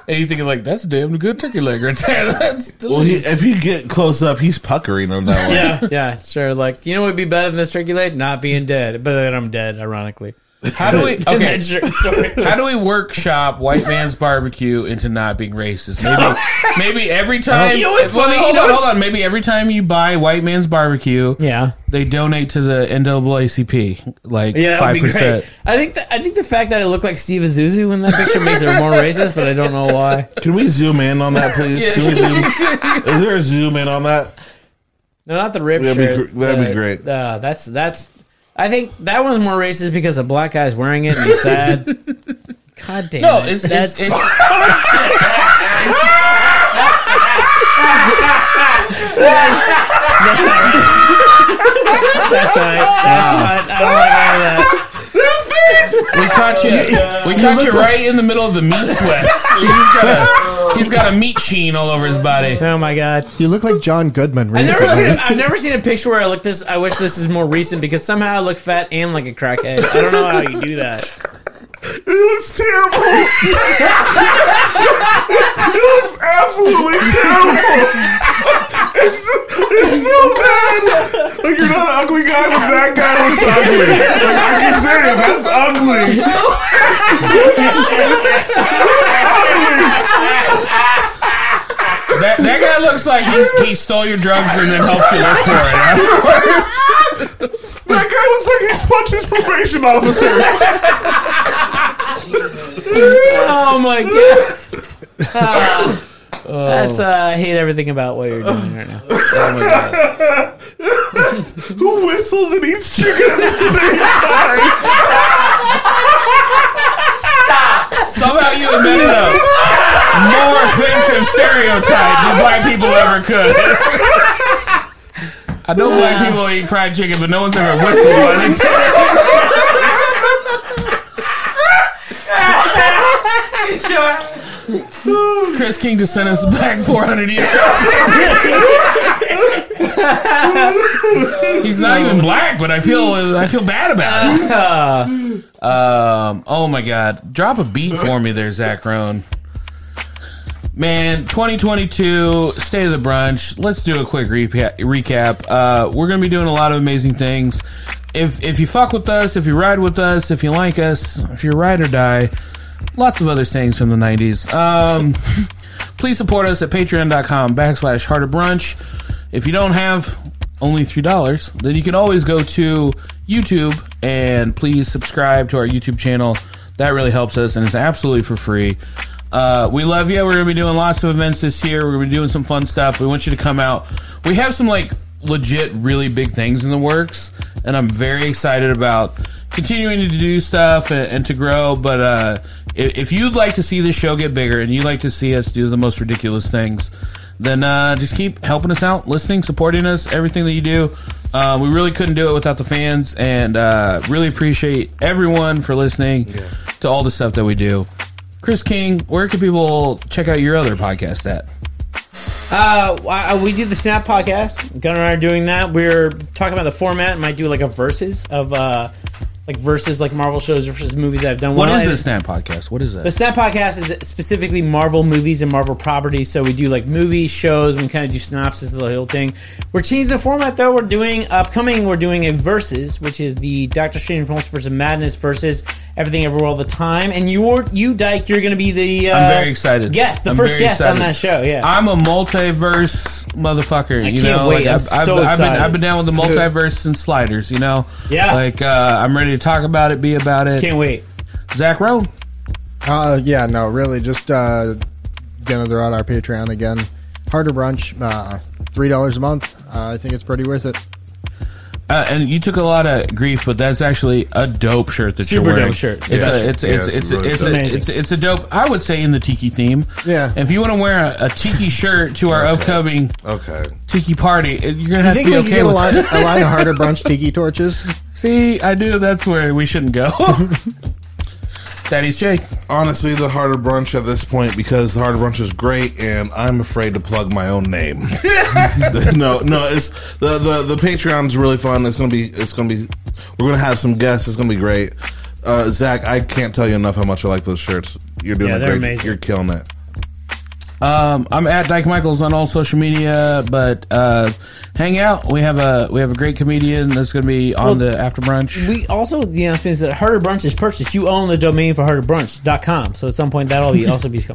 Speaker 3: and you're thinking like that's a damn good turkey leg right there. <laughs> That's
Speaker 2: Well, he,
Speaker 3: delicious.
Speaker 2: if you get close up, he's puckering on that one.
Speaker 1: Yeah, <laughs> yeah, sure. Like, you know what would be better than this turkey leg? Not being dead. But then I'm dead, <laughs> ironically.
Speaker 3: how do we
Speaker 1: And
Speaker 3: okay?
Speaker 1: that shirt- sorry.
Speaker 3: How do we workshop white man's barbecue into not
Speaker 1: <laughs>
Speaker 3: being racist? Maybe, maybe every time.
Speaker 1: You know what's funny?
Speaker 3: Hold
Speaker 1: You know
Speaker 3: on,
Speaker 1: what's-
Speaker 3: hold on. Maybe every time you buy white man's barbecue,
Speaker 1: yeah.
Speaker 3: they donate to the NAACP like
Speaker 1: Yeah, that would
Speaker 3: five
Speaker 1: be great. <laughs>
Speaker 3: percent.
Speaker 1: I think the, I think the fact that I look like Steve Azuzu in that picture makes it more racist, but I don't know why.
Speaker 2: Can we zoom in on that, please? Can we
Speaker 1: <laughs>
Speaker 2: zoom? Is there a zoom in on that?
Speaker 1: No, not the rip
Speaker 2: That'd be
Speaker 1: shirt.
Speaker 2: gr- that'd be
Speaker 1: The-
Speaker 2: great.
Speaker 1: Uh, that's that's. I think that one's more racist because a black guy's wearing it and he's sad. God damn
Speaker 3: No,
Speaker 1: it.
Speaker 3: it's
Speaker 1: That's- <laughs>
Speaker 3: it's, it's
Speaker 1: That's all right. That's all right. That's fine. I don't like all that.
Speaker 3: We caught you. We caught you right in the middle of the meat sweats. He's got a he's got a meat sheen all over his body.
Speaker 1: Oh my god.
Speaker 4: you look like John Goodman
Speaker 1: I've never, seen
Speaker 4: recently.
Speaker 1: a, I've never seen a picture where I look this. I wish this is more recent because somehow I look fat and like a crackhead. I don't know how you do
Speaker 3: <laughs>
Speaker 1: that.
Speaker 2: It looks terrible. it looks
Speaker 4: <laughs>
Speaker 2: absolutely terrible. It's, it's so bad. Like you're not an ugly guy, but that guy looks ugly. Like I can say it. That's ugly.
Speaker 3: That, that guy looks like he, he stole your drugs and then helps you look for it. afterwards.
Speaker 2: That guy looks like he's punched his probation officer.
Speaker 1: Oh my god. Ah,
Speaker 3: Oh.
Speaker 1: that's uh, I hate everything about what you're doing right
Speaker 3: <laughs>
Speaker 1: now.
Speaker 2: Who whistles and eats chicken at the same time?
Speaker 3: Somehow you invented a more offensive stereotype than black people ever could. I know black people eat fried chicken, but no one's ever whistled one. Chris King just sent us back 400 years. He's not even black, but I feel I feel bad about it. Um, oh my God, drop a beat for me there, Zach Rohn. Man, 2022 State of the Brunch. Let's do a quick repa- recap. Uh, we're gonna be doing a lot of amazing things. If if you fuck with us, if you ride with us, if you like us, if you ride or die, lots of other sayings from the 90s. Um, please support us at patreon.com backslash heart of brunch. If you don't have only $3, then you can always go to YouTube and please subscribe to our YouTube channel. That really helps us and it's absolutely for free. Uh, we love you. We're going to be doing lots of events this year. We're going to be doing some fun stuff. We want you to come out. We have some like legit really big things in the works, and I'm very excited about continuing to do stuff and, and to grow. But uh, if, if you'd like to see this show get bigger and you'd like to see us do the most ridiculous things, then uh, just keep helping us out, listening, supporting us, everything that you do. Uh, we really couldn't do it without the fans, and uh, really appreciate everyone for listening to all the stuff that we do. Chris King, where can people check out your other podcast at?
Speaker 1: Uh, I- I- we do the Snap podcast. Gunnar and I are doing that. We're talking about the format. Might do like a versus of uh, like versus like Marvel shows versus movies that I've done.
Speaker 3: What is
Speaker 1: well.
Speaker 3: the
Speaker 1: And-
Speaker 3: Snap podcast? What is that?
Speaker 1: The Snap Podcast is specifically Marvel movies and Marvel properties. So we do like movies, shows, we kind of do synopsis of the whole thing. We're changing the format though. We're doing upcoming, we're doing a versus, which is the Doctor Strange Multiverse of Madness versus Everything Everywhere All the Time. And you're, you, Dyke, you're going to be the. Uh,
Speaker 3: I'm very excited.
Speaker 1: Guest, the
Speaker 3: I'm
Speaker 1: first
Speaker 3: very
Speaker 1: guest
Speaker 3: excited.
Speaker 1: on that show, yeah.
Speaker 3: I'm a multiverse motherfucker. you
Speaker 1: can't
Speaker 3: know,
Speaker 1: wait. I'm so
Speaker 3: I've been,
Speaker 1: excited.
Speaker 3: I've been down with the multiverse since sliders. You know,
Speaker 1: Yeah.
Speaker 3: Like uh, I'm ready to talk about it, be about it.
Speaker 1: Can't wait.
Speaker 3: Zach Rowe,
Speaker 4: Uh, yeah, no, really, just uh, gonna throw out our Patreon again. Harder brunch, uh, three dollars a month. Uh, I think it's pretty worth it.
Speaker 3: uh, and you took a lot of grief, but that's actually a dope shirt that
Speaker 1: Super
Speaker 3: you're wearing.
Speaker 1: dope shirt.
Speaker 3: It's
Speaker 1: Yeah.
Speaker 3: a, it's
Speaker 2: Yeah,
Speaker 3: it's
Speaker 2: it's
Speaker 3: it's
Speaker 2: really
Speaker 3: it's
Speaker 2: dope.
Speaker 3: a,
Speaker 1: Amazing.
Speaker 3: it's it's a dope. I would say in the tiki theme.
Speaker 4: Yeah.
Speaker 3: If you want to wear a, a tiki shirt to our upcoming
Speaker 2: Okay.
Speaker 3: tiki party, it- you're gonna
Speaker 4: I
Speaker 3: have to
Speaker 4: think
Speaker 3: be
Speaker 4: we can
Speaker 3: okay
Speaker 4: get a
Speaker 3: with
Speaker 4: line,
Speaker 3: it.
Speaker 4: a
Speaker 1: <laughs>
Speaker 4: line of harder brunch tiki torches.
Speaker 3: See, I knew that's where we
Speaker 4: <laughs>
Speaker 3: shouldn't go. Daddy's Jake.
Speaker 2: Honestly, the harder brunch at this point because the harder brunch is great, and I'm afraid to plug my own
Speaker 1: <laughs>
Speaker 2: name. no, no, it's the the the Patreon's really fun. It's gonna be it's gonna be we're gonna have some guests. It's gonna be great. Uh, Zach, I can't tell you enough how much I like those shirts. You're doing
Speaker 1: Yeah,
Speaker 2: a
Speaker 1: they're
Speaker 2: great.
Speaker 1: amazing.
Speaker 2: You're killing it.
Speaker 3: Um, I'm at Dyke Michaels on all social media, but uh, hang out. We have a we have a great comedian that's going to be on
Speaker 1: Well,
Speaker 3: the after brunch.
Speaker 1: We also, the announcement is that Harder Brunch is purchased. You own the domain for harderbrunch.com. So at some point, that'll
Speaker 3: <laughs>
Speaker 1: be also be.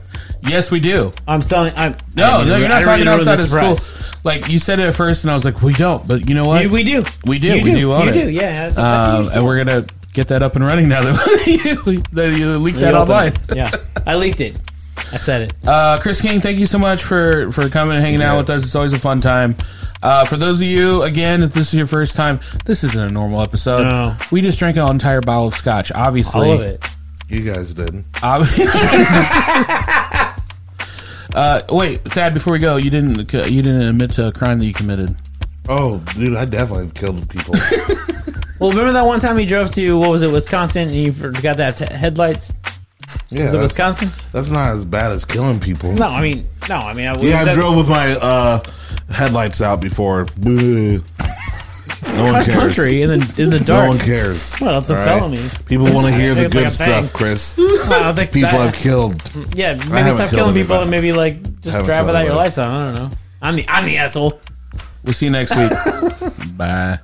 Speaker 3: yes, we do.
Speaker 1: I'm selling. I'm,
Speaker 3: No,
Speaker 1: I
Speaker 3: no,
Speaker 1: didn't- I
Speaker 3: you're not
Speaker 1: didn't
Speaker 3: talking
Speaker 1: ruin the
Speaker 3: outside of school.
Speaker 1: surprise.
Speaker 3: Like you said it at first, and I was like, we don't. But you know what?
Speaker 1: We, we do.
Speaker 3: We do.
Speaker 1: You
Speaker 3: we do, own
Speaker 1: you
Speaker 3: it.
Speaker 1: do. Yeah, that's, that's a
Speaker 3: um,
Speaker 1: huge
Speaker 3: and we're gonna get that up and running now that <laughs> you, that you leaked that
Speaker 1: Reopen
Speaker 3: online.
Speaker 1: it. <laughs> Yeah, I leaked it. I said it.
Speaker 3: Uh, Chris King, thank you so much for for coming and hanging out with us. It's always a fun time. Uh, for those of you, again, if this is your first time, this isn't a normal episode.
Speaker 1: No.
Speaker 3: We just drank an entire bottle of scotch, obviously.
Speaker 1: All of it.
Speaker 2: You guys did.
Speaker 3: Ob- <laughs> uh, wait, Thad, before we go, you didn't you didn't admit to a crime that you committed.
Speaker 2: Oh, dude, I definitely have killed
Speaker 1: <laughs>
Speaker 2: people.
Speaker 1: Well, remember that one time you drove to what was it, Wisconsin, and you forgot that t- headlights?
Speaker 2: Yeah,
Speaker 1: Was it
Speaker 2: that's-
Speaker 1: Wisconsin?
Speaker 2: That's not as bad as killing people.
Speaker 1: No, I mean, no, I mean, I was.
Speaker 2: Yeah, I
Speaker 1: that-
Speaker 2: drove with my uh, headlights out before. Boo. No one
Speaker 1: cross
Speaker 2: cares.
Speaker 1: country in the in the
Speaker 2: No
Speaker 1: dark.
Speaker 2: one cares.
Speaker 1: Well, it's a
Speaker 2: All
Speaker 1: felony.
Speaker 2: People want to hear the
Speaker 1: It's like
Speaker 2: good
Speaker 1: a thing.
Speaker 2: stuff, Chris.
Speaker 1: Well, <laughs> I think
Speaker 2: People
Speaker 1: that-
Speaker 2: I've killed.
Speaker 1: Yeah, maybe
Speaker 2: haven't
Speaker 1: stop
Speaker 2: killed
Speaker 1: killing people
Speaker 2: anybody.
Speaker 1: and maybe like just
Speaker 2: Haven't
Speaker 1: drive
Speaker 2: killed
Speaker 1: without your
Speaker 2: anybody.
Speaker 1: lights on. I don't know. I'm the I'm the asshole.
Speaker 3: We'll see you next week. Bye.